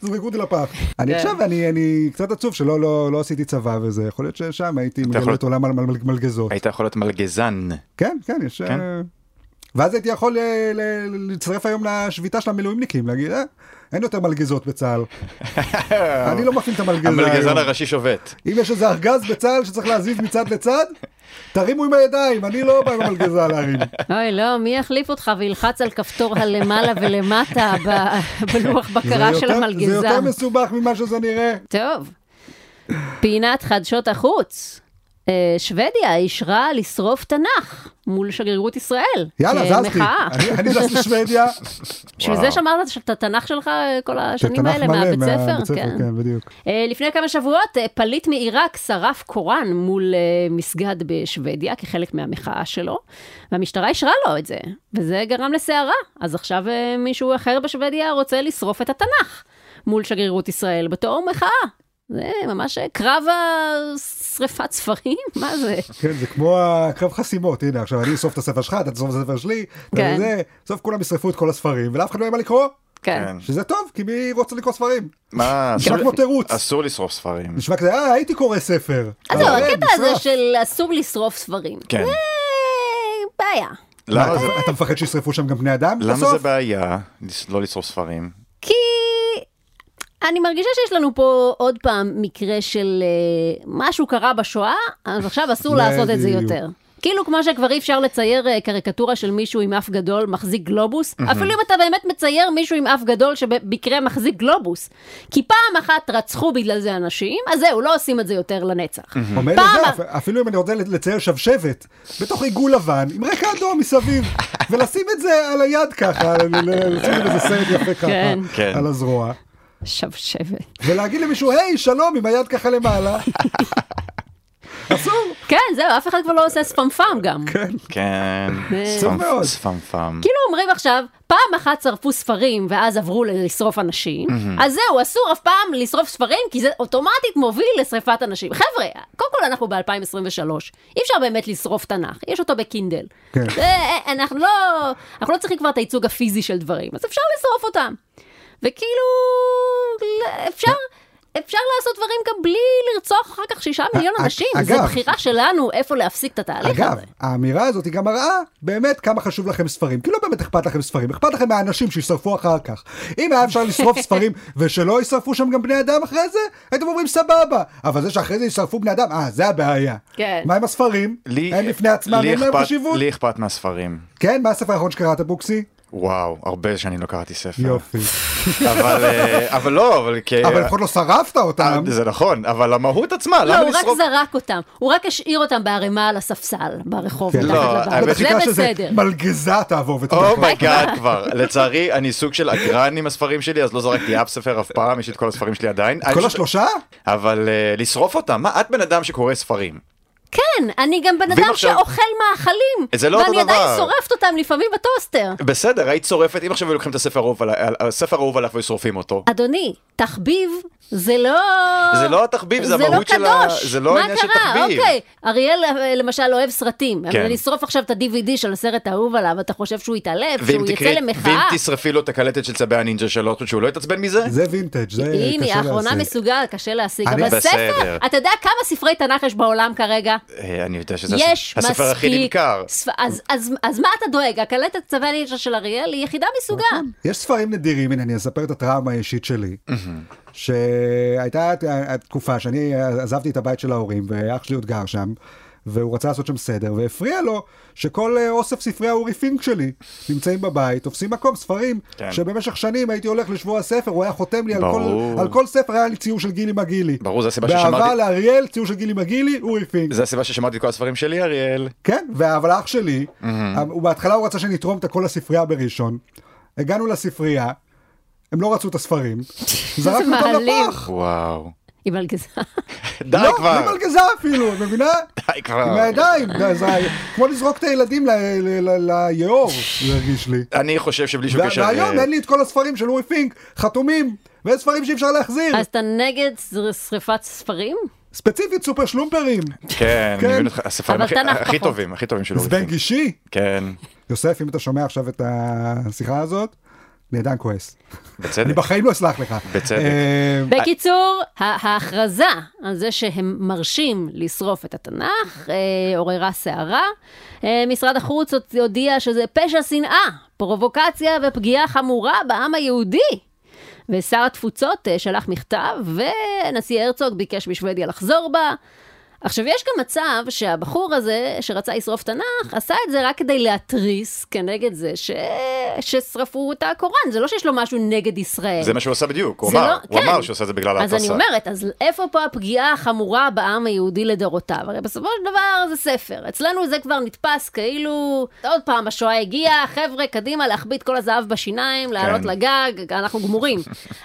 S1: תזרקו אותי לפח.
S2: כן.
S1: אני עכשיו, אני, אני קצת עצוב שלא לא, לא עשיתי צבא וזה, יכול להיות ששם הייתי מגלה
S3: יכול-
S1: את עולם על מל- מל- מלגזות.
S3: היית יכול להיות מלגזן.
S1: כן, כן, יש...
S3: כן.
S1: אה, ואז הייתי יכול אה, ל- להצטרף היום לשביתה של המילואימניקים, להגיד, אה, אין יותר מלגזות
S3: <laughs>
S1: בצה"ל. אני לא מפעיל את המלגזה
S3: המלגזן
S1: היום.
S3: הראשי שובת.
S1: אם יש איזה ארגז בצה"ל שצריך להזיז מצד לצד, תרימו עם הידיים, אני לא בא עם המלגזה
S2: <laughs>
S1: להרים.
S2: אוי, לא, מי יחליף אותך וילחץ על כפתור הלמעלה ולמטה ב- בלוח
S1: זה
S2: בקרה של
S1: יותר- זה
S2: המלגזה?
S1: יותר מסובך ממה שזה נראה.
S2: טוב. פינת חדשות החוץ. אה, שוודיה אישרה לשרוף תנ"ך מול שגרירות ישראל.
S1: יאללה, זזתי.
S2: כמחאה.
S1: אני- אני
S2: <laughs>
S1: זז לשוודיה.
S2: בשביל זה
S3: וואו.
S2: שמרת את התנ"ך שלך אה, כל השנים
S1: שתנ"ך
S2: האלה
S1: מלא
S2: מהבית
S1: מהבית
S2: ספר? כן.
S1: כן, בדיוק.
S2: אה, לפני כמה שבועות אה, פליט מעיראק שרף קוראן מול אה, מסגד בשוודיה כחלק מהמחאה שלו, והמשטרה אישרה לו את זה, וזה גרם לסערה. אז עכשיו אה, מישהו אחר בשוודיה רוצה לשרוף את התנ"ך מול שגרירות ישראל בתור מחאה. זה ממש אה, קרב השרפת ספרים, <laughs> מה זה?
S1: כן, זה כמו הקרב חסימות, הנה, עכשיו אני אשרוף את הספר שלך, אתה תשרוף את הספר שלי,
S2: כן.
S1: וזה, בסוף כולם ישרפו את כל הספרים, ולאף אחד לא יהיה מה לקרוא,
S2: כן.
S3: כן.
S1: שזה טוב, כי מי רוצה לקרוא ספרים?
S3: מה,
S1: נשמע כמו תירוץ.
S3: אסור לשרוף ספרים.
S1: נשמע כזה, אה, הייתי קורא ספר.
S2: אז זהו,
S1: אה,
S2: לא, הקטע הזה
S1: נשרף.
S2: של אסור לשרוף ספרים.
S3: כן.
S2: זה בעיה.
S1: אה? מה,
S3: למה
S1: אתה-
S3: זה-
S1: אתה מפחד שישרפו שם גם בני אדם?
S3: למה זה
S1: בסוף?
S3: בעיה לס- לא לשרוף ספרים?
S2: כי אני מרגישה שיש לנו פה עוד פעם מקרה של אה, משהו קרה בשואה, אז עכשיו
S1: <laughs>
S2: אסור לעשות את זה
S1: בדיוק.
S2: יותר. כאילו כמו שכבר אי אפשר לצייר אה, קריקטורה של מישהו עם אף גדול מחזיק גלובוס, אפילו אם אתה באמת מצייר מישהו עם אף גדול שבמקרה מחזיק גלובוס. כי פעם אחת רצחו בגלל זה אנשים, אז זהו, לא עושים את זה יותר לנצח.
S1: או מילא
S2: פעם-
S1: זה, אפ- אפילו אם אני רוצה לצייר שבשבת, בתוך עיגול לבן, עם רקע אדום
S2: <laughs>
S1: מסביב, ולשים את זה על היד ככה, ל- ל- לשים את איזה סרט יפה
S2: כן.
S1: ככה,
S3: כן.
S1: על הזרוע.
S2: שבשבת.
S1: ולהגיד למישהו, היי, שלום, עם היד ככה
S2: <laughs>
S1: למעלה. אסור.
S2: כן, זהו, אף אחד כבר לא עושה ספמפם גם.
S1: כן.
S3: כן,
S2: אה.
S1: טוב מאוד. Mm-hmm.
S3: ספמפם.
S2: כאילו אומרים עכשיו, פעם אחת שרפו ספרים ואז עברו ל- לשרוף אנשים,
S1: Mm-hmm.
S2: אז זהו, אסור אף פעם לשרוף ספרים, כי זה אוטומטית מוביל לשרפת אנשים. חבר'ה, קודם כל אנחנו ב-2023, אי אפשר באמת לשרוף תנ"ך, יש אותו בקינדל.
S1: כן.
S2: זה- אנחנו לא, אנחנו לא צריכים כבר את הייצוג הפיזי של דברים, אז אפשר לשרוף אותם. וכאילו, ל- אפשר... אפשר לעשות דברים גם בלי לרצוח אחר כך שישה מיליון
S1: א-
S2: אנשים,
S1: אגב-
S2: זו בחירה שלנו איפה להפסיק את התהליך
S1: אגב,
S2: הזה.
S1: האמירה הזאת היא גם מראה באמת כמה חשוב לכם ספרים. כי לא באמת אכפת לכם ספרים, אכפת לכם מהאנשים שישרפו אחר כך. אם היה אפשר
S2: <laughs>
S1: לשרוף ספרים ושלא ישרפו שם גם בני אדם אחרי זה, הייתם אומרים סבבה. אבל זה שאחרי זה ישרפו בני אדם, אה, זה הבעיה.
S2: כן.
S1: מה עם הספרים?
S3: לי-
S1: הם בפני עצמם,
S3: לי
S1: אין להם
S3: אכפת-
S1: חשיבות?
S3: לי אכפת מהספרים.
S1: כן, מה הספר האחרון שקראת, בוקסי?
S3: וואו, הרבה שאני לא קראתי ספר.
S1: יופי.
S3: אבל אה, אבל לא, אבל כ...
S1: אבל לפחות לא שרפת אותם.
S3: זה נכון, אבל המהות
S2: לא,
S3: עצמה, למה
S2: הוא רק
S3: לשרוף?
S2: זרק אותם, הוא רק השאיר אותם בערימה על הספסל ברחוב
S1: כן.
S2: מתחת
S3: לא,
S2: לבית,
S3: האמת אוקיי.
S2: זה
S3: היא
S1: חיכה שזה
S2: בסדר.
S1: מלגזה תעבור ותדבר.
S3: אומייגאד Oh כבר, לצערי אני סוג של אגרן עם הספרים שלי אז לא זרקתי אף ספר אף פעם, יש לי את כל הספרים שלי עדיין. אני
S1: כל
S3: פשוט-
S1: השלושה?
S3: אבל אה, לשרוף אותם, מה את בן אדם שקורא ספרים?
S2: כן, אני גם בן
S3: ואם
S2: אדם
S3: עכשיו-
S2: שאוכל מאכלים,
S3: זה לא אותו
S2: ואני עדיין
S3: דבר.
S2: שורפת אותם לפעמים בטוסטר.
S3: בסדר, היית שורפת, אם עכשיו היו לוקחים את הספר האהוב עלי- על- הספר האהוב עליך והיו שורפים אותו.
S2: אדוני, תחביב זה לא...
S3: זה לא התחביב, זה
S2: לא
S3: המהות של ה-
S2: קדוש.
S3: זה לא
S2: מה
S3: עניין של
S2: קרה?
S3: תחביב.
S2: אוקיי, אריאל אה, למשל אוהב סרטים, אבל
S3: כן.
S2: לשרוף עכשיו את ה-DVD של הסרט האהוב עליו, אתה חושב שהוא יתעלף,
S3: ואם
S2: שהוא יצא
S3: תקראי-
S2: למחאה?
S3: ואם תשרפי לו את הקלטת של צבי הנינג'ה שלו, את חושבת שהוא לא יתעצבן מזה?
S1: זה וינטג', זה קשה
S2: הנה,
S1: להשיג.
S2: האחרונה מסוגל, קשה להשיג,
S1: אני-
S2: אבל ספר,
S3: בסדר.
S2: אתה יודע כמה ספרי תנ"ך יש בעולם כרגע?
S3: אה, אני יודע שזה
S2: יש
S3: הספר
S2: מספיק.
S3: הספר הכי נמכר.
S2: ספ- אז- אז אז מה אתה דואג? הקלטת צווי הנינג'ה של אריאל היא יחידה מסוגה.
S1: יש ספרים נדירים, הנה אני אספר את הטראומה האישית שלי, שהייתה הת- התקופה שאני עזבתי את הבית של ההורים, ואח שלי עוד גר שם, והוא רצה לעשות שם סדר, והפריע לו שכל אה, אוסף ספרי האורי פינק שלי נמצאים בבית, תופסים מקום, ספרים,
S3: כן.
S1: שבמשך שנים הייתי הולך לשבוע הספר, הוא היה חותם לי על כל-
S3: ברור.
S1: על כל ספר, היה לי ציור של גילי מגילי.
S3: ברור, זו הסיבה
S1: באהבה
S3: ששמרתי-
S1: לאריאל, ציור של גילי מגילי, אורי פינק.
S3: זה הסיבה ששמעתי את כל הספרים שלי, אריאל.
S1: כן, וה- אבל אח שלי, אה, הוא בהתחלה הוא רצה שנתרום את הכל לספרייה בראשון. הגענו לספרייה, הם לא רצו את
S3: <laughs>
S1: הספרים, זרקנו אותם
S2: מעליב.
S1: לפח.
S3: וואו.
S2: היא מלגזה.
S3: די
S1: לא, בלי
S3: כבר. אה.
S1: מלגזה אפילו, את מבינה?
S3: די
S1: עם
S3: כבר.
S1: הידיים, זה- זה כמו לזרוק את הילדים ל- ל- ל- ליאור, זה הרגיש לי.
S3: אני חושב שבלי שום
S1: וה-
S3: קשר...
S1: והיום
S3: אה,
S1: אין לי את כל הספרים של אורי פינק, חתומים, ואין ספרים שאי אפשר להחזיר.
S2: אז אתה נגד זר- שריפת ספרים?
S1: ספציפית סופר שלומפרים,
S3: כן, אני
S1: כן.
S3: מבין אותך, הספרים
S2: אבל
S3: הכי-
S2: תנ"ך
S3: הכי
S2: פחות.
S3: טובים, הכי טובים של
S1: זבנג
S3: אוריפים.
S1: אישי.
S3: כן,
S1: יוסף, אם אתה שומע עכשיו את השיחה הזאת, אני עדיין כועס. אני
S3: בצדק.
S1: בחיים לא אסלח לך.
S3: אה. בצדק.
S1: אה,
S2: בקיצור, ה- ההכרזה על זה שהם מרשים לשרוף את התנ"ך אה, עוררה סערה. אה, משרד החוץ הוצ- הודיע שזה פשע שנאה, פרובוקציה ופגיעה חמורה בעם היהודי. ושר התפוצות אה, שלח מכתב, ונשיא הרצוג ביקש משוודיה לחזור בה. עכשיו, יש גם מצב שהבחור הזה שרצה לשרוף תנ"ך, עשה את זה רק כדי להתריס כנגד זה ש... ששרפו את הקוראן. זה לא שיש לו משהו נגד ישראל.
S3: זה מה שהוא עשה בדיוק, הוא
S2: זה
S3: אמר,
S2: לא-
S3: הוא
S2: כן.
S3: אמר שהוא עושה את זה בגלל ההתרסה.
S2: אז אני אומרת, אז איפה פה הפגיעה החמורה בעם היהודי לדורותיו? הרי בסופו של דבר זה ספר. אצלנו זה כבר נתפס כאילו, עוד פעם, השואה הגיעה, חבר'ה, קדימה, להחביא את כל הזהב בשיניים, לעלות
S3: כן.
S2: לגג, אנחנו
S3: <laughs>
S2: גמורים.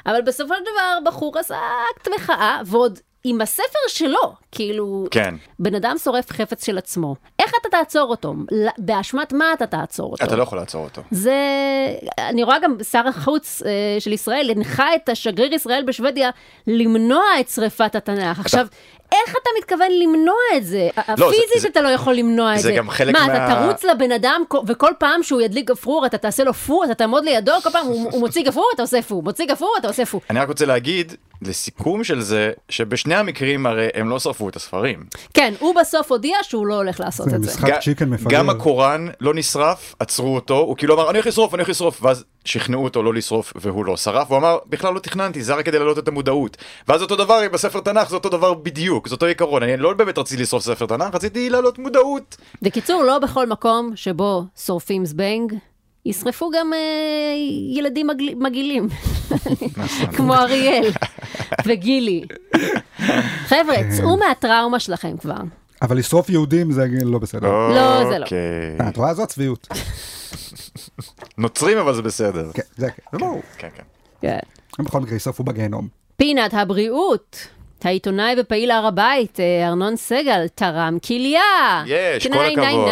S2: אבל בסופו של דבר, בחור עשה אקט מחאה, ועוד עם הספר שלו, כאילו...
S3: כן.
S2: בן אדם שורף חפץ של עצמו, איך אתה תעצור אותו? ל- באשמת מה אתה תעצור אותו?
S3: אתה לא יכול לעצור אותו.
S2: זה, אני רואה גם שר החוץ אה, של ישראל הנחה את השגריר ישראל בשוודיה למנוע את שריפת התנ"ך. עכשיו, איך אתה מתכוון למנוע את זה?
S3: זה-
S2: פיזית
S3: זה-
S2: אתה לא יכול למנוע את זה.
S3: זה גם חלק
S2: מה, אתה
S3: מה-
S2: תרוץ לבן אדם כל- וכל פעם שהוא ידליק גפרור אתה תעשה לו פו, אתה תעמוד לידו, כל פעם הוא הוא מוציא גפרור אתה עושה פו, מוציא גפרור אתה עושה פו.
S3: אני רק רוצה להגיד, לסיכום של זה, שבשני המקרים הרי הם לא שרפו את הספרים.
S2: כן, הוא בסוף הודיע שהוא לא הולך לעשות
S1: זה
S2: את זה.
S1: משחק
S3: ג-
S1: צ'יקן מפגר.
S3: גם הקוראן לא נשרף, עצרו אותו, הוא כאילו אמר אני הולך לשרוף, אני הולך לשרוף, ואז שכנעו אותו לא לשרוף והוא לא שרף, הוא אמר בכלל לא תכננתי, זה רק כדי להעלות את המודעות. ואז אותו דבר עם הספר תנ"ך, זה אותו דבר בדיוק, זה אותו עיקרון, אני לא באמת רציתי לשרוף ספר תנ"ך, רציתי להעלות מודעות.
S2: בקיצור, לא בכל מקום שבו שורפים זבנג, ישרפו גם אה, ילדים מגל- מגעילים,
S3: נכון.
S2: כמו אריאל וגילי. חבר'ה,
S3: כן.
S2: צאו מהטראומה שלכם כבר.
S1: אבל לשרוף יהודים זה לא בסדר.
S2: לא, זה לא.
S3: אוקיי.
S1: אה, את רואה? זו הצביעות.
S3: נוצרים אבל זה בסדר.
S1: כן, זה כן. זה ברור.
S3: כן, כן.
S2: כן.
S1: הם בכל מקרה יישרפו בגיהנום.
S2: פינת הבריאות. העיתונאי ופעיל הר הבית, אה, ארנון סגל, תרם כליה.
S3: יש, כל
S2: תנאי,
S3: הכבוד.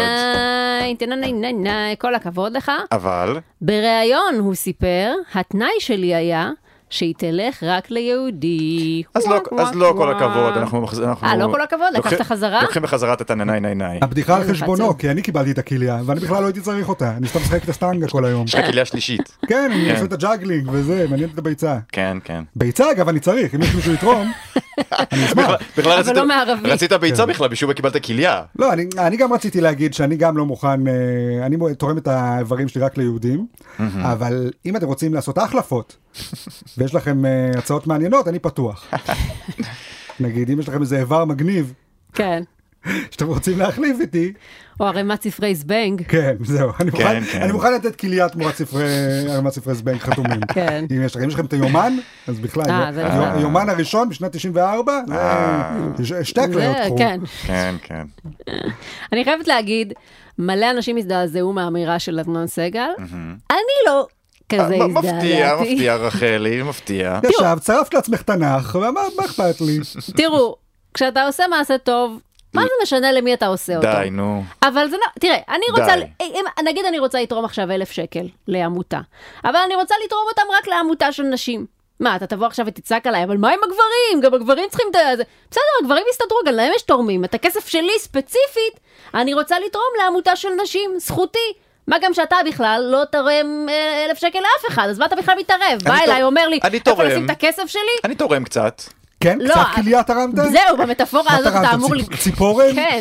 S2: נאי, תנאי, נאי, נאי, כל הכבוד לך.
S3: אבל,
S2: בריאיון הוא סיפר, התנאי שלי היה שהיא תלך רק ליהודי.
S3: אז לא,
S2: וואק,
S3: אז לא
S2: וואק,
S3: כל
S2: וואק.
S3: הכבוד, אנחנו... מחז-
S2: אה, לא
S3: אנחנו-
S2: כל הכבוד? לקחת
S3: לוקחים-
S2: חזרה?
S3: לוקחים בחזרה את התנאי ניי ניי.
S1: הבדיחה על
S2: איזה
S1: חשבונו,
S2: חצוף.
S1: כי אני קיבלתי את הכליה, ואני בכלל לא הייתי צריך אותה. אני סתם משחק את הסטנגה כל
S3: <laughs>
S1: היום.
S3: יש לך כליה שלישית.
S1: כן, אני
S3: כן.
S1: עושה את הג'אגלינג וזה, מעניין את הביצה.
S3: כן, כן.
S1: ביצה, אגב, אני צריך, אם יש מישהו יתרום, אני אשמח.
S2: אבל
S3: בכלל רצית-
S2: לא מערבי.
S3: רצית ביצה
S1: כן.
S3: בכלל, בשביל מה קיבלת כליה.
S1: לא, אני, אני גם רציתי להגיד שאני גם לא מוכן, אה, אני מו- תורם את האיברים שלי רק ליהודים, אבל אם אתם רוצים לעשות החלפות, ויש לכם אה, הצעות מעניינות, אני פתוח. נגיד, אם יש לכם איזה איבר מגניב
S2: כן.
S1: שאתם רוצים להחליף איתי,
S2: או ערימת ספרי זבנג.
S1: כן, זהו, אני מוכן,
S3: כן.
S1: אני מוכן לתת כליה תמורת ספרי, הרמת ספרי זבנג חתומים.
S2: כן.
S1: אם יש לכם, אם יש לכם את היומן, אז בכלל,
S2: אה,
S1: יו-
S2: זה
S1: יו-
S2: נכון.
S1: היומן הראשון בשנת 94,
S3: אה.
S1: זה- ש- שתי הכליות
S2: זה-
S1: קחו.
S2: כן.
S3: כן, כן.
S2: אני חייבת להגיד, מלא אנשים הזדעזעו מהאמירה של ארנון סגל. אני לא כזה
S3: אה, מ- מפתיע,
S2: הזדעזעתי.
S3: מפתיע, רחלי, מפתיע.
S1: ישב, צרפת לעצמך תנ"ך, ואמרת, מה אכפת לי?
S2: תראו, כשאתה עושה מעשה טוב, מה זה משנה למי אתה עושה אותו?
S3: די, נו.
S2: אבל זה לא, תראה, אני רוצה,
S3: די.
S2: אם, נגיד אני רוצה לתרום עכשיו אלף שקל לעמותה, אבל אני רוצה לתרום אותם רק לעמותה של נשים. מה, אתה תבוא עכשיו ותצעק עליי, אבל מה עם הגברים? גם הגברים צריכים את ה... זה." בסדר, הגברים יסתדרו, גם להם יש תורמים. את הכסף שלי ספציפית, אני רוצה לתרום לעמותה של נשים, זכותי. מה גם שאתה בכלל לא תורם אה, אלף שקל לאף אחד, אז מה אתה בכלל מתערב? בא
S3: תור-
S2: אליי, אומר לי,
S3: אני
S2: איפה
S3: תורם."
S2: לשים את הכסף שלי?
S3: אני תורם קצת.
S1: כן?
S2: לא,
S1: קצת
S2: אה,
S1: כליה תרמת?
S2: זהו, במטאפורה
S1: מה
S2: הזאת
S1: תרמת?
S2: אתה אמור...
S1: ציפ-
S2: לי-
S1: ציפורן?
S2: כן.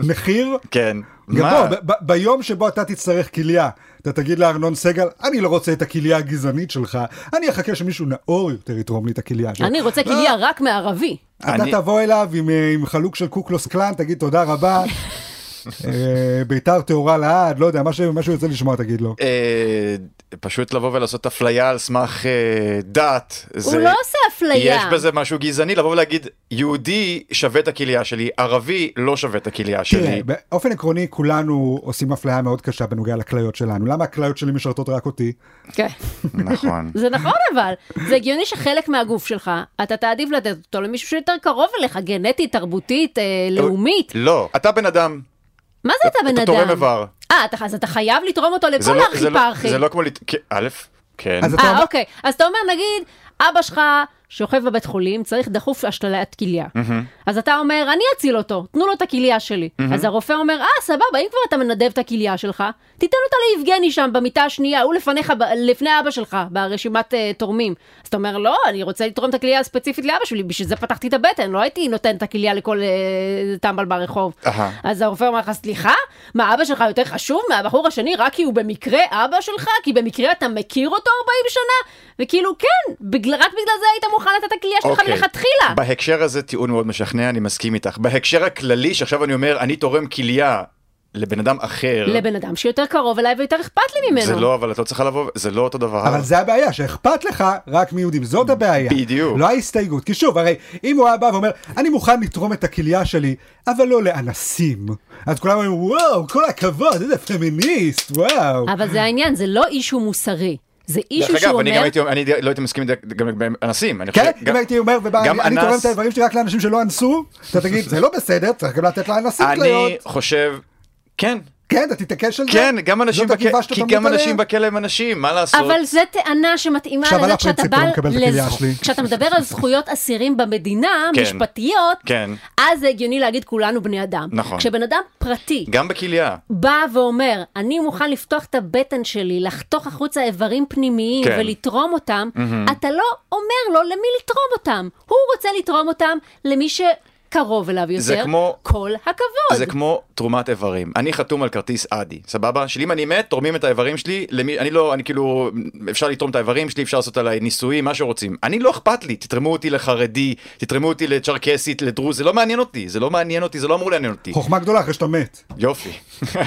S1: מחיר?
S3: כן.
S1: גם
S3: מה?
S1: בוא, ב- ב- ביום שבו אתה תצטרך כליה, אתה תגיד לארנון סגל, אני לא רוצה את הכליה הגזענית שלך, אני אחכה שמישהו נאור יותר יתרום לי את הכליה שלו.
S2: כן, אני רוצה כליה רק מערבי.
S1: אתה
S3: אני-
S1: תבוא אליו עם, אה, עם חלוק של קוקלוס קלאן, תגיד תודה רבה. אה, בית"ר טהורה לעד, לא יודע, מה ש- מה שהוא יוצא לשמוע תגיד לו.
S3: אה, פשוט לבוא ולעשות אפליה על סמך אה, דת.
S2: הוא לא עושה אפליה.
S3: יש בזה משהו גזעני, לבוא ולהגיד, יהודי שווה את הכליה שלי, ערבי לא שווה את הכליה
S1: תראה,
S3: שלי.
S1: באופן עקרוני כולנו עושים אפליה מאוד קשה בנוגע לכליות שלנו. למה הכליות שלי משרתות רק אותי?
S2: כן.
S3: נכון.
S2: זה נכון אבל, זה הגיוני שחלק מהגוף שלך, אתה תעדיף לתת אותו למישהו שיותר קרוב אליך, גנטית, תרבותית, אה, לאומית.
S3: לא, אתה בן אדם,
S2: מה זה אתה בן
S3: אתה
S2: אדם?
S3: תורם איבר.
S2: אה, אתה- אז אתה חייב לתרום אותו
S3: זה
S2: לכל
S3: לא- זה לא-
S2: הארכיפרחי.
S3: זה לא כמו... לת- כן, א', כן.
S1: אז אתה
S2: אה,
S1: אומר-
S2: אוקיי. אז אתה אומר, נגיד, אבא שלך שוכב בבית חולים, צריך דחוף השתלת כליה. אז אתה אומר, אני אציל אותו, תנו לו את הכליה שלי. אז הרופא אומר, אה, סבבה, אם כבר אתה מנדב את הכליה שלך, תיתן אותה ליבגני שם במיטה השנייה, הוא לפניך, ב- לפני אבא שלך, ברשימת אה, תורמים. אז אתה אומר, לא, אני רוצה לתרום את הכליה הספציפית לאבא שלי, בשביל זה פתחתי את הבטן, לא הייתי נותן את הכליה לכל אה, טמבל ברחוב.
S3: אהה.
S2: אז הרופא אומר לך, סליחה? מה, אבא שלך יותר חשוב מהבחור השני רק כי הוא במקרה אבא שלך? כי במקרה אתה מכיר אותו 40 שנה? וכאילו, כן, בגלל, רק בגלל זה היית מוכן לתת את הכליה שלך
S3: אוקיי.
S2: מלכתחילה.
S3: בהקשר הזה טיעון מאוד משכנע, אני מסכים איתך. בהקשר הכללי, שעכשיו אני אומר, אני תורם כליה לבן אדם אחר,
S2: לבן אדם שיותר קרוב אליי ויותר אכפת לי ממנו.
S3: זה לא, אבל את לא צריכה לבוא, זה לא אותו דבר.
S1: אבל זה הבעיה, שאכפת לך רק מיהודים, זאת הבעיה.
S3: בדיוק.
S1: לא ההסתייגות. כי שוב, הרי אם הוא היה בא ואומר, אני מוכן לתרום את הכליה שלי, אבל לא לאנסים. אז כולם אומרים, וואו, כל הכבוד, איזה פמיניסט, וואו.
S2: אבל זה העניין, זה לא אישו מוסרי. זה
S3: דרך
S2: אישו
S3: אגב,
S2: שהוא
S3: אני גם
S2: אומר...
S3: הייתי, אני לא הייתי מסכים עם זה גם לגבי אנסים. אני
S1: כן,
S3: חושב-
S1: אם
S3: גם-
S1: הייתי אומר, ובא,
S3: גם
S1: אני- אני תורם
S3: אנס-
S1: את האיברים שלי רק לאנשים שלא אנסו, אתה תגיד, זה לא בסדר, צריך גם לתת לאנסים כליות.
S3: אני חושב, כן,
S1: כן, אתה תתעקש על זה?
S3: כן, גם אנשים
S1: זאת
S3: בכלא,
S1: התגובה שאתה
S3: כי
S1: תמיד
S3: גם
S1: עליה?
S3: אנשים בכלא הם אנשים, מה לעשות?
S2: אבל זו טענה שמתאימה
S1: עכשיו, על
S2: לזה כשאתה
S1: הפרינציפ
S2: בא...
S1: אתה לא מקבל את הכליה
S2: לזכ-
S1: שלי.
S2: כשאתה מדבר על זכויות אסירים במדינה,
S3: <laughs> כן.
S2: משפטיות,
S3: כן.
S2: אז זה הגיוני להגיד כולנו בני אדם.
S3: נכון.
S2: כשבן אדם פרטי,
S3: גם בכליה.
S2: בא ואומר, אני מוכן לפתוח את הבטן שלי, לחתוך החוצה איברים פנימיים
S3: כן.
S2: כן. ולתרום אותם, mm-hmm. אתה לא אומר לו למי לתרום אותם. הוא רוצה לתרום אותם למי שקרוב אליו יותר.
S3: זה כמו-
S2: כל הכבוד.
S3: זה כמו תרומת איברים. אני חתום על כרטיס אדי, סבבה? של אם אני מת, תורמים את האיברים שלי למי... אני לא, אני כאילו... אפשר לתרום את האיברים שלי, אפשר לעשות עליי ניסויים, מה שרוצים. אני לא אכפת לי, תתרמו אותי לחרדי, תתרמו אותי לצ'רקסית, לדרוז, זה לא מעניין אותי, זה לא מעניין אותי, זה לא אמור לעניין אותי.
S1: חוכמה גדולה אחרי שאתה מת.
S2: <laughs>
S3: יופי.
S1: בוא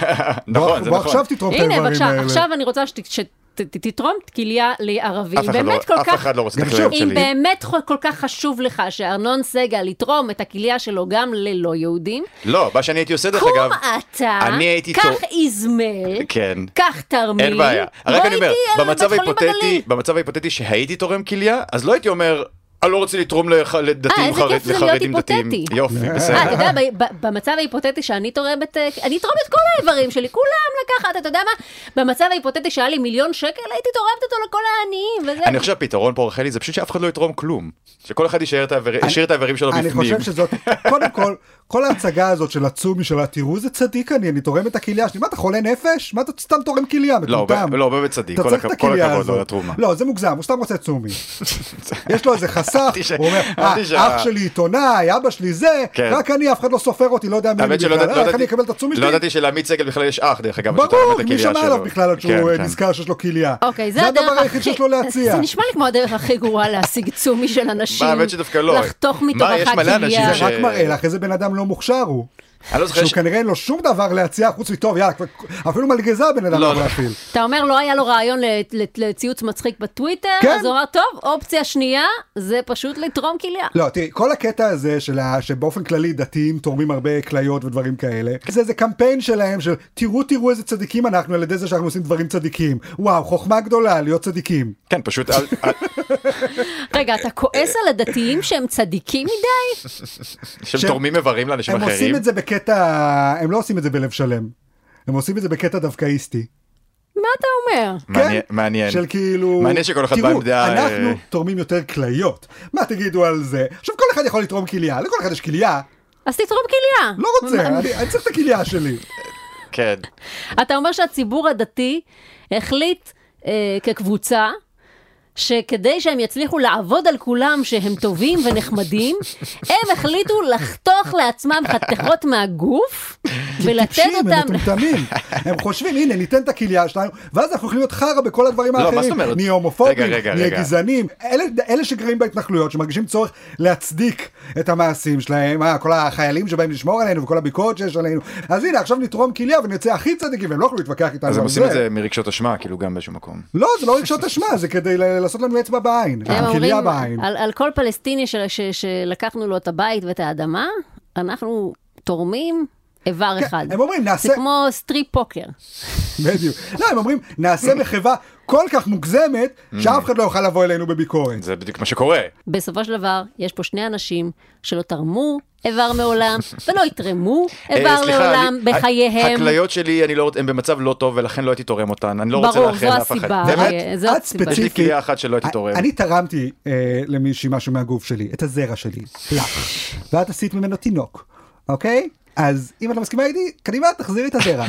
S3: נכון, זה
S1: בוא
S3: נכון.
S1: עכשיו תתרום את האיברים
S2: הנה,
S1: האלה.
S2: בבקשה, עכשיו אני רוצה שת- שת- ת- תתרום כליה לערבים.
S3: אף אחד לא-
S2: באמת כל
S3: אף
S2: כך...
S3: אחד לא רוצה את
S1: גם
S3: הכלב
S1: שוב,
S2: אם
S3: שלי.
S2: באמת כל- כל כך חשוב לך שארנון סגל יתרום את הכליה שלו גם ללא יהודים,
S3: לא, מה שאני הייתי עושה דרך
S2: קום
S3: אגב...
S2: אתה,
S3: אני הייתי
S2: קח
S3: תור-
S2: איזמל,
S3: כן.
S2: קח תרמיל,
S3: אין בעיה. רק
S2: בוא
S3: אני אומר,
S2: איתי אל
S3: במצב
S2: בית חולים בגליל.
S3: ההיפותטי, במצב ההיפותטי שהייתי תורם כליה, אז לא הייתי אומר, אני לא רוצה לתרום לח-
S2: אה,
S3: לדתיים
S2: איזה
S3: חרד-
S2: כיף זה להיות
S3: לחרדים דתיים.
S2: היפותטי.
S3: יופי,
S2: אה, אתה
S3: בסדר.
S2: יודע, ב- ב- במצב ההיפותטי שאני תורמת, אה, אני אתרום את כל האיברים שלי, כולם לקחת, אתה יודע מה? במצב ההיפותטי שהיה לי מיליון שקל, הייתי תורמת אותו לכל העניים, וזה...
S3: אני חושב שהפתרון פה רחלי זה פשוט שאף אחד לא יתרום כלום. שכל אחד ישאיר את האיבר- ישאיר את האיברים שלו
S1: אני
S3: בפנים.
S1: חושב שזאת, קודם כל, כל ההצגה הזאת של הצומי שלה, תראו איזה צדיק אני, אני תורם את הכליה שלי, מה אתה חולה נפש? מה אתה סתם תורם כליה,
S3: לא,
S1: מטומטם?
S3: ב- לא, באמת צדיק,
S1: אתה
S3: כל
S1: צריך
S3: הכ-
S1: את
S3: כל
S1: הכליה
S3: הכבוד לו
S1: הזאת.
S3: לתרומה.
S1: לא, זה מוגזם, הוא סתם רוצה
S3: <laughs>
S1: צומי. יש לו איזה חסך,
S3: אמרתי ש-
S1: הוא אומר,
S3: אמרתי
S1: "אה,
S3: ש-
S1: אח שלי עיתונאי, אבא שלי זה,
S3: כן.
S1: רק אני, אף אחד לא סופר אותי, לא יודע מי אני
S3: האמת שלא
S1: בכלל,
S3: ידעתי-
S1: אה,
S3: לא
S1: איך אני
S3: ידעתי-
S1: אקבל את הצומי
S3: לא
S1: שלי?
S3: ידעתי לא שלעמית סגל בכלל יש אח, דרך אגב, שתורם
S1: ברור,
S3: את
S1: מי
S3: הכליה שלו.
S1: שמע עליו בכלל עד שהוא
S3: כן,
S1: אה,
S3: כן.
S1: נזכר שיש לו כליה.
S2: אוקיי, זה הדרך
S1: הדבר היחיד שיש לו להציע.
S2: <laughs> זה נשמע לי כמו הדרך הכי גרועה להשיג צומי של אנשים.
S3: מה, האמת שדווקא לא.
S2: לחתוך
S3: מה,
S2: מתוך
S3: יש
S2: אחת
S3: מלא אנשים
S2: כליה.
S1: זה
S3: ש-
S1: רק מראה לך איזה בן אדם לא מוכשר הוא.
S3: אני לא זוכר
S1: שהוא
S3: ש...
S1: כנראה אין לו שום דבר להציע חוץ מטוב, יאללה, כבר- אפילו מלגזה בן אדם
S3: לא,
S1: לא
S3: לא.
S1: יכול להפעיל.
S2: אתה אומר, לא היה לו רעיון ל- ל- לציוץ מצחיק בטוויטר,
S1: כן.
S2: אז הוא אמר, טוב, אופציה שנייה, זה פשוט לתרום כליה.
S1: לא, תראי, כל הקטע הזה של ה... שבאופן כללי דתיים תורמים הרבה כליות ודברים כאלה, זה איזה קמפיין שלהם של תראו תראו איזה צדיקים אנחנו על ידי זה שאנחנו עושים דברים צדיקים. וואו, חוכמה גדולה להיות צדיקים.
S3: כן, פשוט אל- אל-
S2: רגע, אתה כועס על הדתיים שהם צדיקים מדי?
S3: שהם
S1: שהם-
S3: תורמים איברים לאנשים
S1: הם
S3: אחרים.
S1: עושים את זה בקטע, הם לא עושים את זה בלב שלם. הם עושים את זה בקטע דבקאיסטי.
S2: מה אתה אומר?
S3: מעניין- מעניין.
S1: כן, של כאילו...
S3: מעניין שכל אחד בא עם דעה...
S1: תראו,
S3: אה,
S1: אנחנו תורמים יותר כליות. מה תגידו על זה? עכשיו, כל אחד יכול לתרום כליה, לכל אחד יש כליה.
S2: אז תתרום כליה.
S1: לא רוצה, אני, אני צריך את הכליה שלי.
S3: כן.
S2: אתה אומר שהציבור הדתי החליט אה, כקבוצה שכדי שהם יצליחו לעבוד על כולם שהם טובים ונחמדים, הם החליטו לחתוך לעצמם חתיכות
S1: <laughs>
S2: מהגוף ולתת
S1: טיפשים, הם
S2: אותם...
S1: מטומטמים. הם חושבים, הנה, ניתן את הכליה שלנו, ואז אנחנו יכולים להיות חרא בכל הדברים
S3: לא, מה
S1: האחרים.
S3: זאת אומרת?
S1: נהיה הומופובים,
S3: רגע, רגע,
S1: נהיה
S3: רגע.
S1: גזענים. אלה- אלה שגרים בהתנחלויות, שמרגישים צורך להצדיק את המעשים שלהם, אה, כל החיילים שבאים לשמור עלינו וכל הביקורת שיש עלינו. אז הנה, עכשיו נתרום כליה ונצא הכי צדיקים, והם לא יכולים להתווכח איתנו
S3: אז הם
S1: על
S3: עושים את זה מרגשות אשמה, כאילו גם באיזשהו מקום.
S1: לא, זה לא רגשות אשמה, זה כדי ל- לעשות לנו אצבע בעין.
S2: הם
S1: כליה
S2: אומרים
S1: בעין.
S2: על, על כל פלסטיני של, ש, שלקחנו לו את הבית ואת האדמה, אנחנו תורמים איבר אחד.
S1: כן, הם אומרים, נעשה...
S2: זה כמו סטריפ פוקר.
S1: בדיוק. לא, הם אומרים, נעשה מחווה כל כך מוגזמת,
S3: Mm.
S1: שאף אחד לא יוכל לבוא אלינו בביקורת.
S3: זה בדיוק מה שקורה. אה,
S2: בסופו של דבר, יש פה שני אנשים שלא תרמו איבר מעולם, ולא יתרמו
S3: אה,
S2: איבר
S3: סליחה,
S2: מעולם
S3: אני-
S2: בחייהם.
S3: הכליות שלי, אני לא, רוצ- הן במצב לא טוב, ולכן לא הייתי תורם אותן. אני לא רוצה
S2: ברור,
S3: לאחל
S2: זו
S3: לאף אחד.
S2: הסיבה.
S3: באמת? <laughs>
S2: אריה, זו
S1: את
S2: הסיבה.
S3: יש לי
S1: ספציפית. אה,
S3: כליה אחת שלא הייתי תורם.
S1: אני תרמתי אה, למישהי משהו מהגוף שלי, את הזרע שלי, לך, ואת עשית ממנו תינוק, אוקיי? אז אם את לא מסכימה איתי, קדימה תחזירי את
S2: <laughs>
S1: הזרע.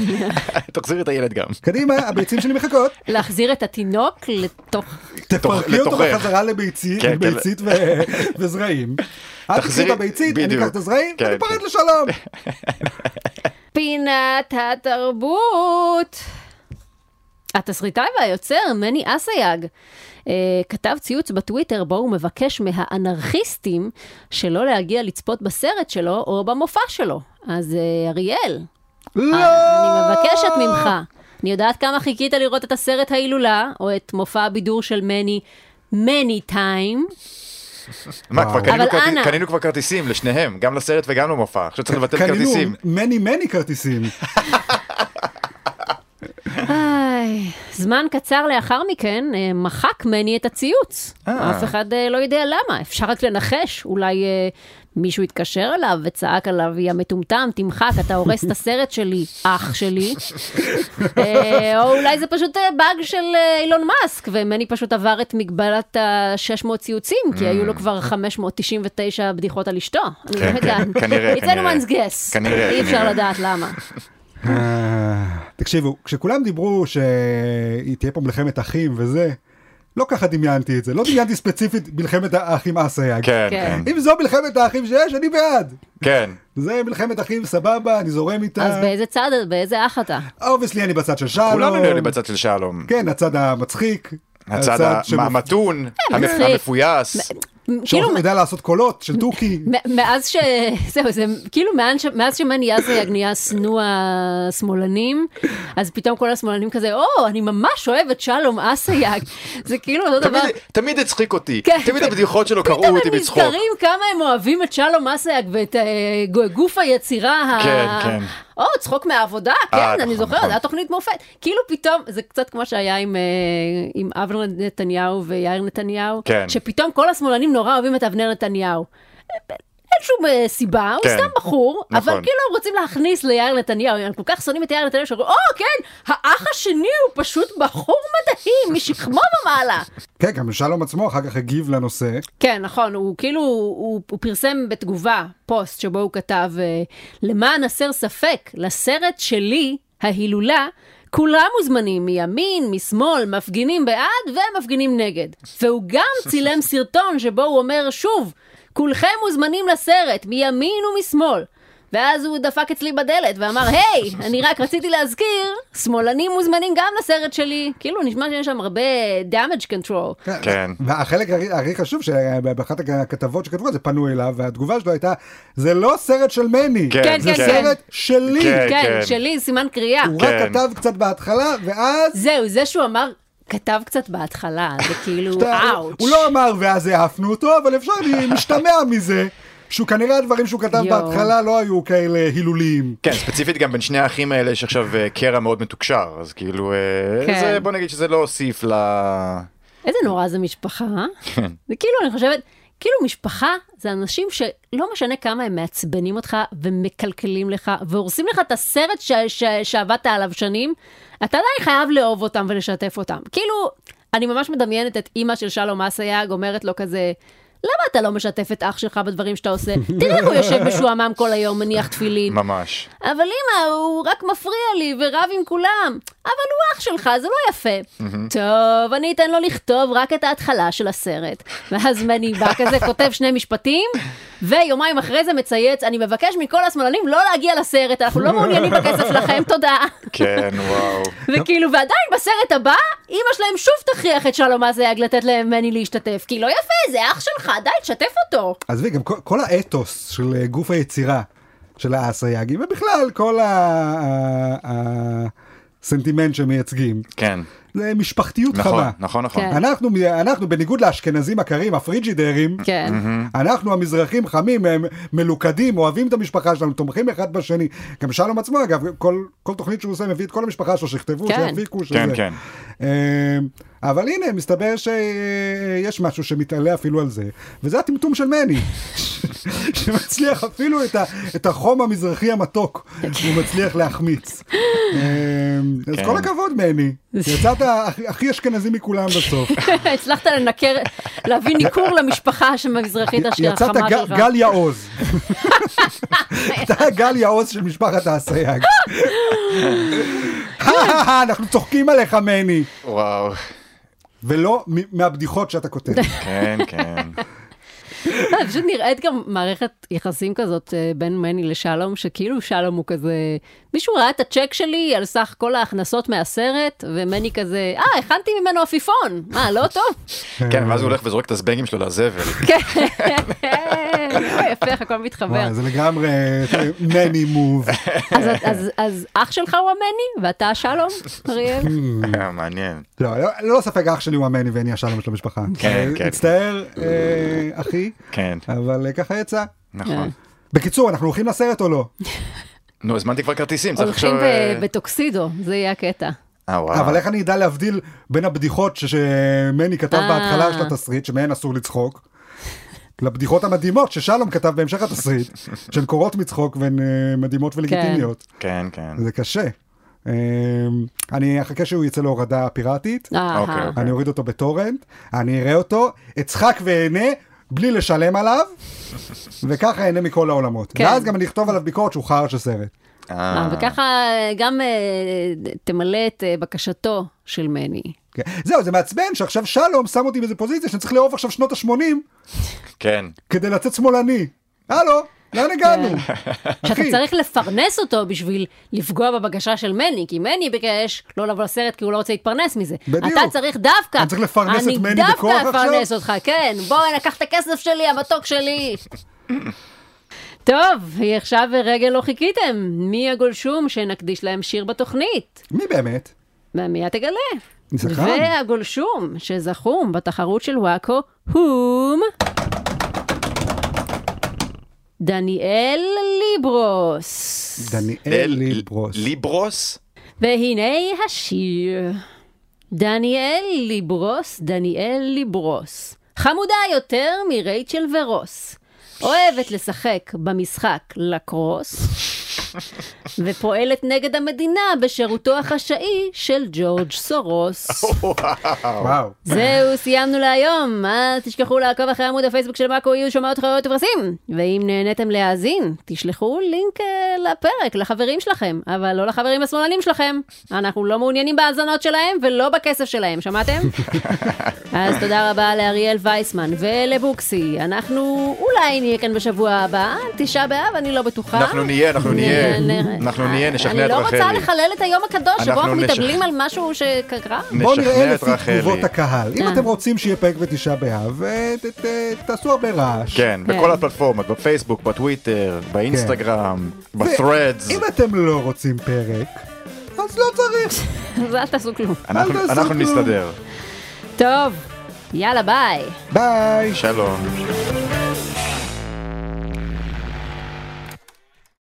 S3: תחזירי את הילד גם.
S1: קדימה, הביצים שלי מחכות,
S2: להחזיר את התינוק לתוך...
S1: תפרקי אותו
S3: לתוכך.
S1: בחזרה לביצית,
S3: כן, כן.
S1: ביצית ו- <laughs> וזרעים. את תחזירי
S3: תחזירי-
S1: את הביצית, אני
S3: בדיוק.
S1: אקח את הזרעים,
S3: כן,
S1: וניפרד
S3: כן.
S1: לשלום.
S2: פינת התרבות. התסריטאי והיוצר מני אסייג אה, כתב ציוץ בטוויטר בו הוא מבקש מהאנרכיסטים שלא להגיע לצפות בסרט שלו או במופע שלו. אז אה, אריאל,
S1: לא!
S3: אה,
S2: אני מבקשת ממך. אני יודעת כמה חיכית לראות את הסרט ההילולה, או את מופע הבידור של מני, מני טיים.
S3: מה, כבר
S1: וואו.
S3: קנינו
S2: אבל
S3: כרטיס-
S2: אנא.
S3: קנינו כבר כרטיסים לשניהם, גם לסרט וגם למופע. עכשיו צריך לבטל
S1: קנינו
S3: כרטיסים.
S1: מני מני כרטיסים.
S2: איי, זמן קצר לאחר מכן, אה, מחק מני את הציוץ.
S3: אה.
S2: אף אחד אה, לא יודע למה, אפשר רק לנחש. אולי אה, מישהו התקשר אליו וצעק עליו, יא מטומטם, תמחק, אתה הורס את הסרט שלי, אח
S3: <laughs>
S2: שלי. אה, או אולי זה פשוט אה, באג של אה, אילון מאסק, ומני פשוט עבר את מגבלת ה-600 ציוצים, כי היו לו כבר 599 בדיחות על אשתו. אני
S3: Mm. כן,
S2: לא
S3: כן,
S2: יודעת.
S3: כנראה,
S2: It's
S3: כנראה.
S2: anyone's guess.
S3: כנראה,
S2: אי אפשר
S3: כנראה.
S2: לדעת למה.
S1: אה, תקשיבו, כשכולם דיברו שהיא תהיה פה מלחמת אחים וזה, לא ככה דמיינתי את זה. לא דמיינתי ספציפית מלחמת האחים אסייג.
S3: כן,
S2: כן.
S3: כן,
S1: אם זו מלחמת האחים שיש, אני בעד.
S3: כן.
S1: זה מלחמת אחים, סבבה, אני זורם
S2: אז
S1: איתה.
S2: באיזה צד, באיזה אח אתה?
S1: אובייסלי אני בצד של שלום.
S3: כולנו נראה לי בצד של שלום.
S1: כן, הצד המצחיק.
S3: הצד
S1: שמ-
S3: המתון, המפ-
S2: אה, מצחיק.
S3: המפויס.
S2: כאילו,
S1: שיודע לעשות קולות של תוכי.
S2: מ- מאז ש... <laughs> זהו, זה כאילו מאז ש- מאז שמני אזריאג נהיה שנוא השמאלנים, אז פתאום כל השמאלנים כזה, או, אני ממש אוהב את שלום אסייג. זה כאילו אותו דבר.
S3: תמיד- תמיד הצחיק אותי,
S2: כן.
S3: תמיד הבדיחות שלו קרעו
S2: פתאום
S3: אותי
S2: הם
S3: מצחוק.
S2: נזכרים כמה הם אוהבים את שלום אסייג ואת אה, גו- גוף היצירה. ה-
S3: כן, כן.
S2: או, צחוק מהעבודה,
S3: אה,
S2: כן, אני
S3: נכון,
S2: זוכרת,
S3: נכון.
S2: זה היה תוכנית מופת. כאילו פתאום, זה קצת כמו שהיה עם, אה, עם אבנר נתניהו ויאיר נתניהו,
S3: כן.
S2: שפתאום כל השמאלנים נורא אוהבים את אבנר נתניהו. אין שום אה, סיבה, הוא
S3: כן.
S2: סתם בחור, אבל
S3: נכון.
S2: כאילו הם רוצים להכניס ליאיר נתניהו, הם כל כך שונאים את יאיר נתניהו, שאומרים, או כן, האח השני הוא פשוט בחור מדהים, משכמו ומעלה.
S1: כן, גם שלום עצמו אחר כך הגיב לנושא.
S2: כן, נכון, הוא כאילו, הוא, הוא פרסם בתגובה פוסט שבו הוא כתב, אה, למען הסר ספק, לסרט שלי, ההילולה, כולם מוזמנים מימין, משמאל, מפגינים בעד ומפגינים נגד. והוא גם צילם סרטון שבו הוא אומר שוב, כולכם מוזמנים לסרט, מימין ומשמאל. ואז הוא דפק אצלי בדלת ואמר, היי, אני רק רציתי להזכיר, שמאלנים מוזמנים גם לסרט שלי. כאילו, נשמע שיש שם הרבה damage control.
S3: כן.
S1: והחלק הכי- הכי חשוב, שבאחת הכתבות שכתבו על זה פנו אליו, והתגובה שלו הייתה, זה לא סרט של מני,
S2: כן,
S1: זה
S2: כן,
S1: סרט שלי.
S3: כן.
S2: כן, שלי, סימן קריאה.
S1: הוא רק
S3: כן.
S1: כתב קצת בהתחלה, ואז...
S2: זהו, זה שהוא אמר, כתב קצת בהתחלה,
S1: <laughs>
S2: זה כאילו,
S1: אתה-
S2: אאוץ'.
S1: הוא לא אמר ואז העפנו אותו, אבל אפשר
S3: <laughs>
S1: להשתמע מזה, שהוא כנראה הדברים שהוא כתב
S2: יואו.
S1: בהתחלה לא היו כאלה הילוליים.
S3: כן, ספציפית גם בין שני האחים האלה יש עכשיו אה, קרע מאוד מתוקשר, אז כאילו, אה,
S2: כן.
S3: זה- בוא נגיד שזה לא הוסיף ל...
S2: איזה נורא זה משפחה, אה? זה כאילו, אני חושבת, כאילו משפחה זה אנשים שלא משנה כמה הם מעצבנים אותך ומקלקלים לך והורסים לך את הסרט ש- ש- שעבדת עליו שנים, אתה עדיין חייב לאהוב אותם ולשתף אותם. כאילו, אני ממש מדמיינת את אימא של שלום אסייג אומרת לו כזה... למה אתה לא משתף את אח שלך בדברים שאתה
S1: <laughs>
S2: עושה? תראה איך הוא יושב משועמם כל היום, מניח תפילין.
S3: ממש.
S2: אבל אמא, הוא רק מפריע לי ורב עם כולם. אבל הוא אח שלך, זה לא יפה. טוב, אני אתן לו לכתוב רק את ההתחלה של הסרט. ואז מני בא כזה, כותב שני משפטים, ויומיים אחרי זה מצייץ, אני מבקש מכל השמאלנים לא להגיע לסרט, אנחנו לא מעוניינים בכסף שלכם, תודה.
S3: כן, וואו.
S2: וכאילו, ועדיין בסרט הבא, אמא שלהם שוב תכריח את שלום אזייג לתת למני להשתתף, כי לא יפה, זה אח שלך, די, תשתף אותו.
S1: עזבי, גם כל- כל האתוס של אה, גוף היצירה של האסייגים, ובכלל כל ה- ה- ה- הסנטימנט שמייצגים,
S3: כן,
S1: זה משפחתיות
S3: נכון,
S1: חמה.
S3: נכון, נכון.
S2: כן.
S1: אנחנו, אנחנו בניגוד לאשכנזים הקרים, הפריג'ידרים,
S2: כן.
S1: אנחנו המזרחים חמים, הם מלוכדים, אוהבים את המשפחה שלנו, תומכים אחד בשני. גם שלום עצמו אגב, כל, כל תוכנית שהוא עושה מביא את כל המשפחה שלו, שכתבו,
S2: כן.
S1: שיפיקו, שזה.
S3: כן, כן.
S1: אה, אבל הנה, מסתבר שיש משהו שמתעלה אפילו על זה, וזה הטמטום של מני. <laughs> שמצליח אפילו את, ה, את החום המזרחי המתוק, הוא מצליח להחמיץ. אמ, אז
S3: כן.
S1: כל הכבוד,
S2: <laughs>
S1: מני. יצאת הכי- הכי אשכנזי מכולם בסוף.
S2: <laughs> הצלחת לנקר, להביא ניכור למשפחה שמזרחית אשר
S1: יצאת
S2: החמה
S1: גל-
S2: שלך.
S1: גל יעוז. אתה גל יעוז של משפחת האסייג. <laughs> אה, אנחנו צוחקים עליך, מני.
S3: וואו,
S1: ולא מ- מהבדיחות שאתה כותב.
S3: כן, כן.
S2: לא, פשוט נראית גם מערכת יחסים כזאת אה, בין מני לשלום, שכאילו שלום הוא כזה, מישהו ראה את הצ'ק שלי על סך כל ההכנסות מהסרט, ומני כזה, אה, הכנתי ממנו עפיפון, מה, לא טוב?
S1: <laughs>
S3: כן, ואז הוא הולך וזורק את הזבנגים שלו לזבל.
S2: כן, אוי, יפה, איך הכל מתחבר.
S1: וואי, זה לגמרי אה, <laughs> מני מוב.
S2: אז- אז- אז אח שלך הוא המני, ואתה
S1: <laughs>
S2: השלום, אריאל?
S3: אה, מעניין.
S1: לא, לא- ללא ספק אח שלי הוא המני ואני השלום של המשפחה.
S3: כן,
S1: אה,
S3: כן.
S1: מצטער, אה, אחי,
S3: כן,
S1: אבל אה, ככה יצא.
S2: אה,
S3: נכון.
S2: כן.
S1: בקיצור, אנחנו הולכים לסרט או לא?
S3: נו, הזמנתי כבר כרטיסים, צריך
S2: הולכים
S3: עכשיו...
S2: ב- בטוקסידו, זה יהיה הקטע.
S3: אה, וואו.
S1: אבל איך אני אדע להבדיל בין הבדיחות ש- שמני כתב
S2: אה.
S1: בהתחלה של התסריט, שמהן אסור לצחוק, לבדיחות המדהימות ששלום כתב בהמשך התסריט, שהן קורות מצחוק והן אה, מדהימות ולגיטימיות.
S3: כן, כן.
S1: זה קשה. אה, אני אחכה שהוא יצא להורדה פיראטית.
S2: אהה.
S3: אוקיי.
S1: אני אוריד אותו בטורנט, אני אראה אותו, אצחק ואהנה, בלי לשלם עליו, וככה אהנה מכל העולמות.
S2: כן.
S1: ואז גם אני אכתוב עליו ביקורת שהוא חרא של סרט.
S2: אה,
S3: אה,
S2: וככה גם אה, תמלא את אה, בקשתו של
S1: <laughs>
S2: מני.
S1: כן. זהו, זה מעצבן שעכשיו שלום שם אותי באיזה פוזיציה שאני צריך לאהוב עכשיו שנות ה-80
S3: כן.
S1: כדי לצאת שמאלני. הלו, לאן הגענו?
S2: שאתה
S1: אחי.
S2: צריך לפרנס אותו בשביל לפגוע בבקשה של מני, כי מני ביקש לא לבוא לסרט כי הוא לא רוצה להתפרנס מזה.
S1: בדיוק.
S2: אתה צריך דווקא.
S1: אני צריך לפרנס את מני בכוח
S2: אני דווקא
S1: עכשיו?
S2: אפרנס אותך, כן. בוא, לקח את הכסף שלי, המתוק
S1: <laughs>
S2: שלי. טוב, היא עכשיו רגע לא חיכיתם. מי הגולשום שנקדיש להם שיר בתוכנית?
S1: מי באמת?
S2: מיד תגלה.
S1: זכן.
S2: והגולשום שזכום בתחרות של וואקו, הום. דניאל ליברוס.
S1: דניאל
S3: ל-
S1: ליברוס.
S3: ליברוס?
S2: והנה השיר. דניאל ליברוס, דניאל ליברוס. חמודה יותר מרייצ'ל ורוס. אוהבת לשחק במשחק לקרוס, ופועלת נגד המדינה בשירותו החשאי של ג'ורג' סורוס.
S1: וואו.
S2: זהו, סיימנו להיום. אל תשכחו לעקוב אחרי עמוד הפייסבוק של מאקו יהיו שומעות חיות ופרסים. ואם נהניתם להאזין, תשלחו לינק אה, לפרק לחברים שלכם, אבל לא לחברים השמאלנים שלכם. אנחנו לא מעוניינים בהאזנות שלהם ולא בכסף שלהם,
S3: <laughs>
S2: שמעתם? אז תודה רבה לאריאל וייסמן ולבוקסי. אנחנו אולי נהיה כאן בשבוע הבא, תשעה באב, אני לא בטוחה.
S3: אנחנו נהיה, אנחנו נהיה. אנחנו נהיה, נשכנע את
S2: אני לא רוצה
S3: רחלי.
S2: לחלל את היום הקדוש שבו
S3: אנחנו
S2: אנחנו
S3: נשכ-
S2: מתאבלים על משהו
S3: <laughs>
S2: שקרה.
S1: בואו נראה
S3: נשכנע את
S1: לפי
S3: רחלי.
S1: תגובות הקהל. אם
S2: אה.
S1: אתם רוצים שיהיה פרק בתשעה באב, אה, ת- ת- תעשו הרבה רעש.
S3: כן,
S2: כן.
S3: בכל הפלטפורמות, בפייסבוק, בטוויטר, באינסטגרם, בת'רדס.
S1: כן. אם אתם לא רוצים פרק, אז לא צריך.
S2: אז אל תעשו כלום.
S3: אנחנו-
S1: אל תעשו
S3: אנחנו
S1: כלום.
S3: נסתדר.
S2: טוב, יאללה ביי.
S1: ביי.
S3: שלום.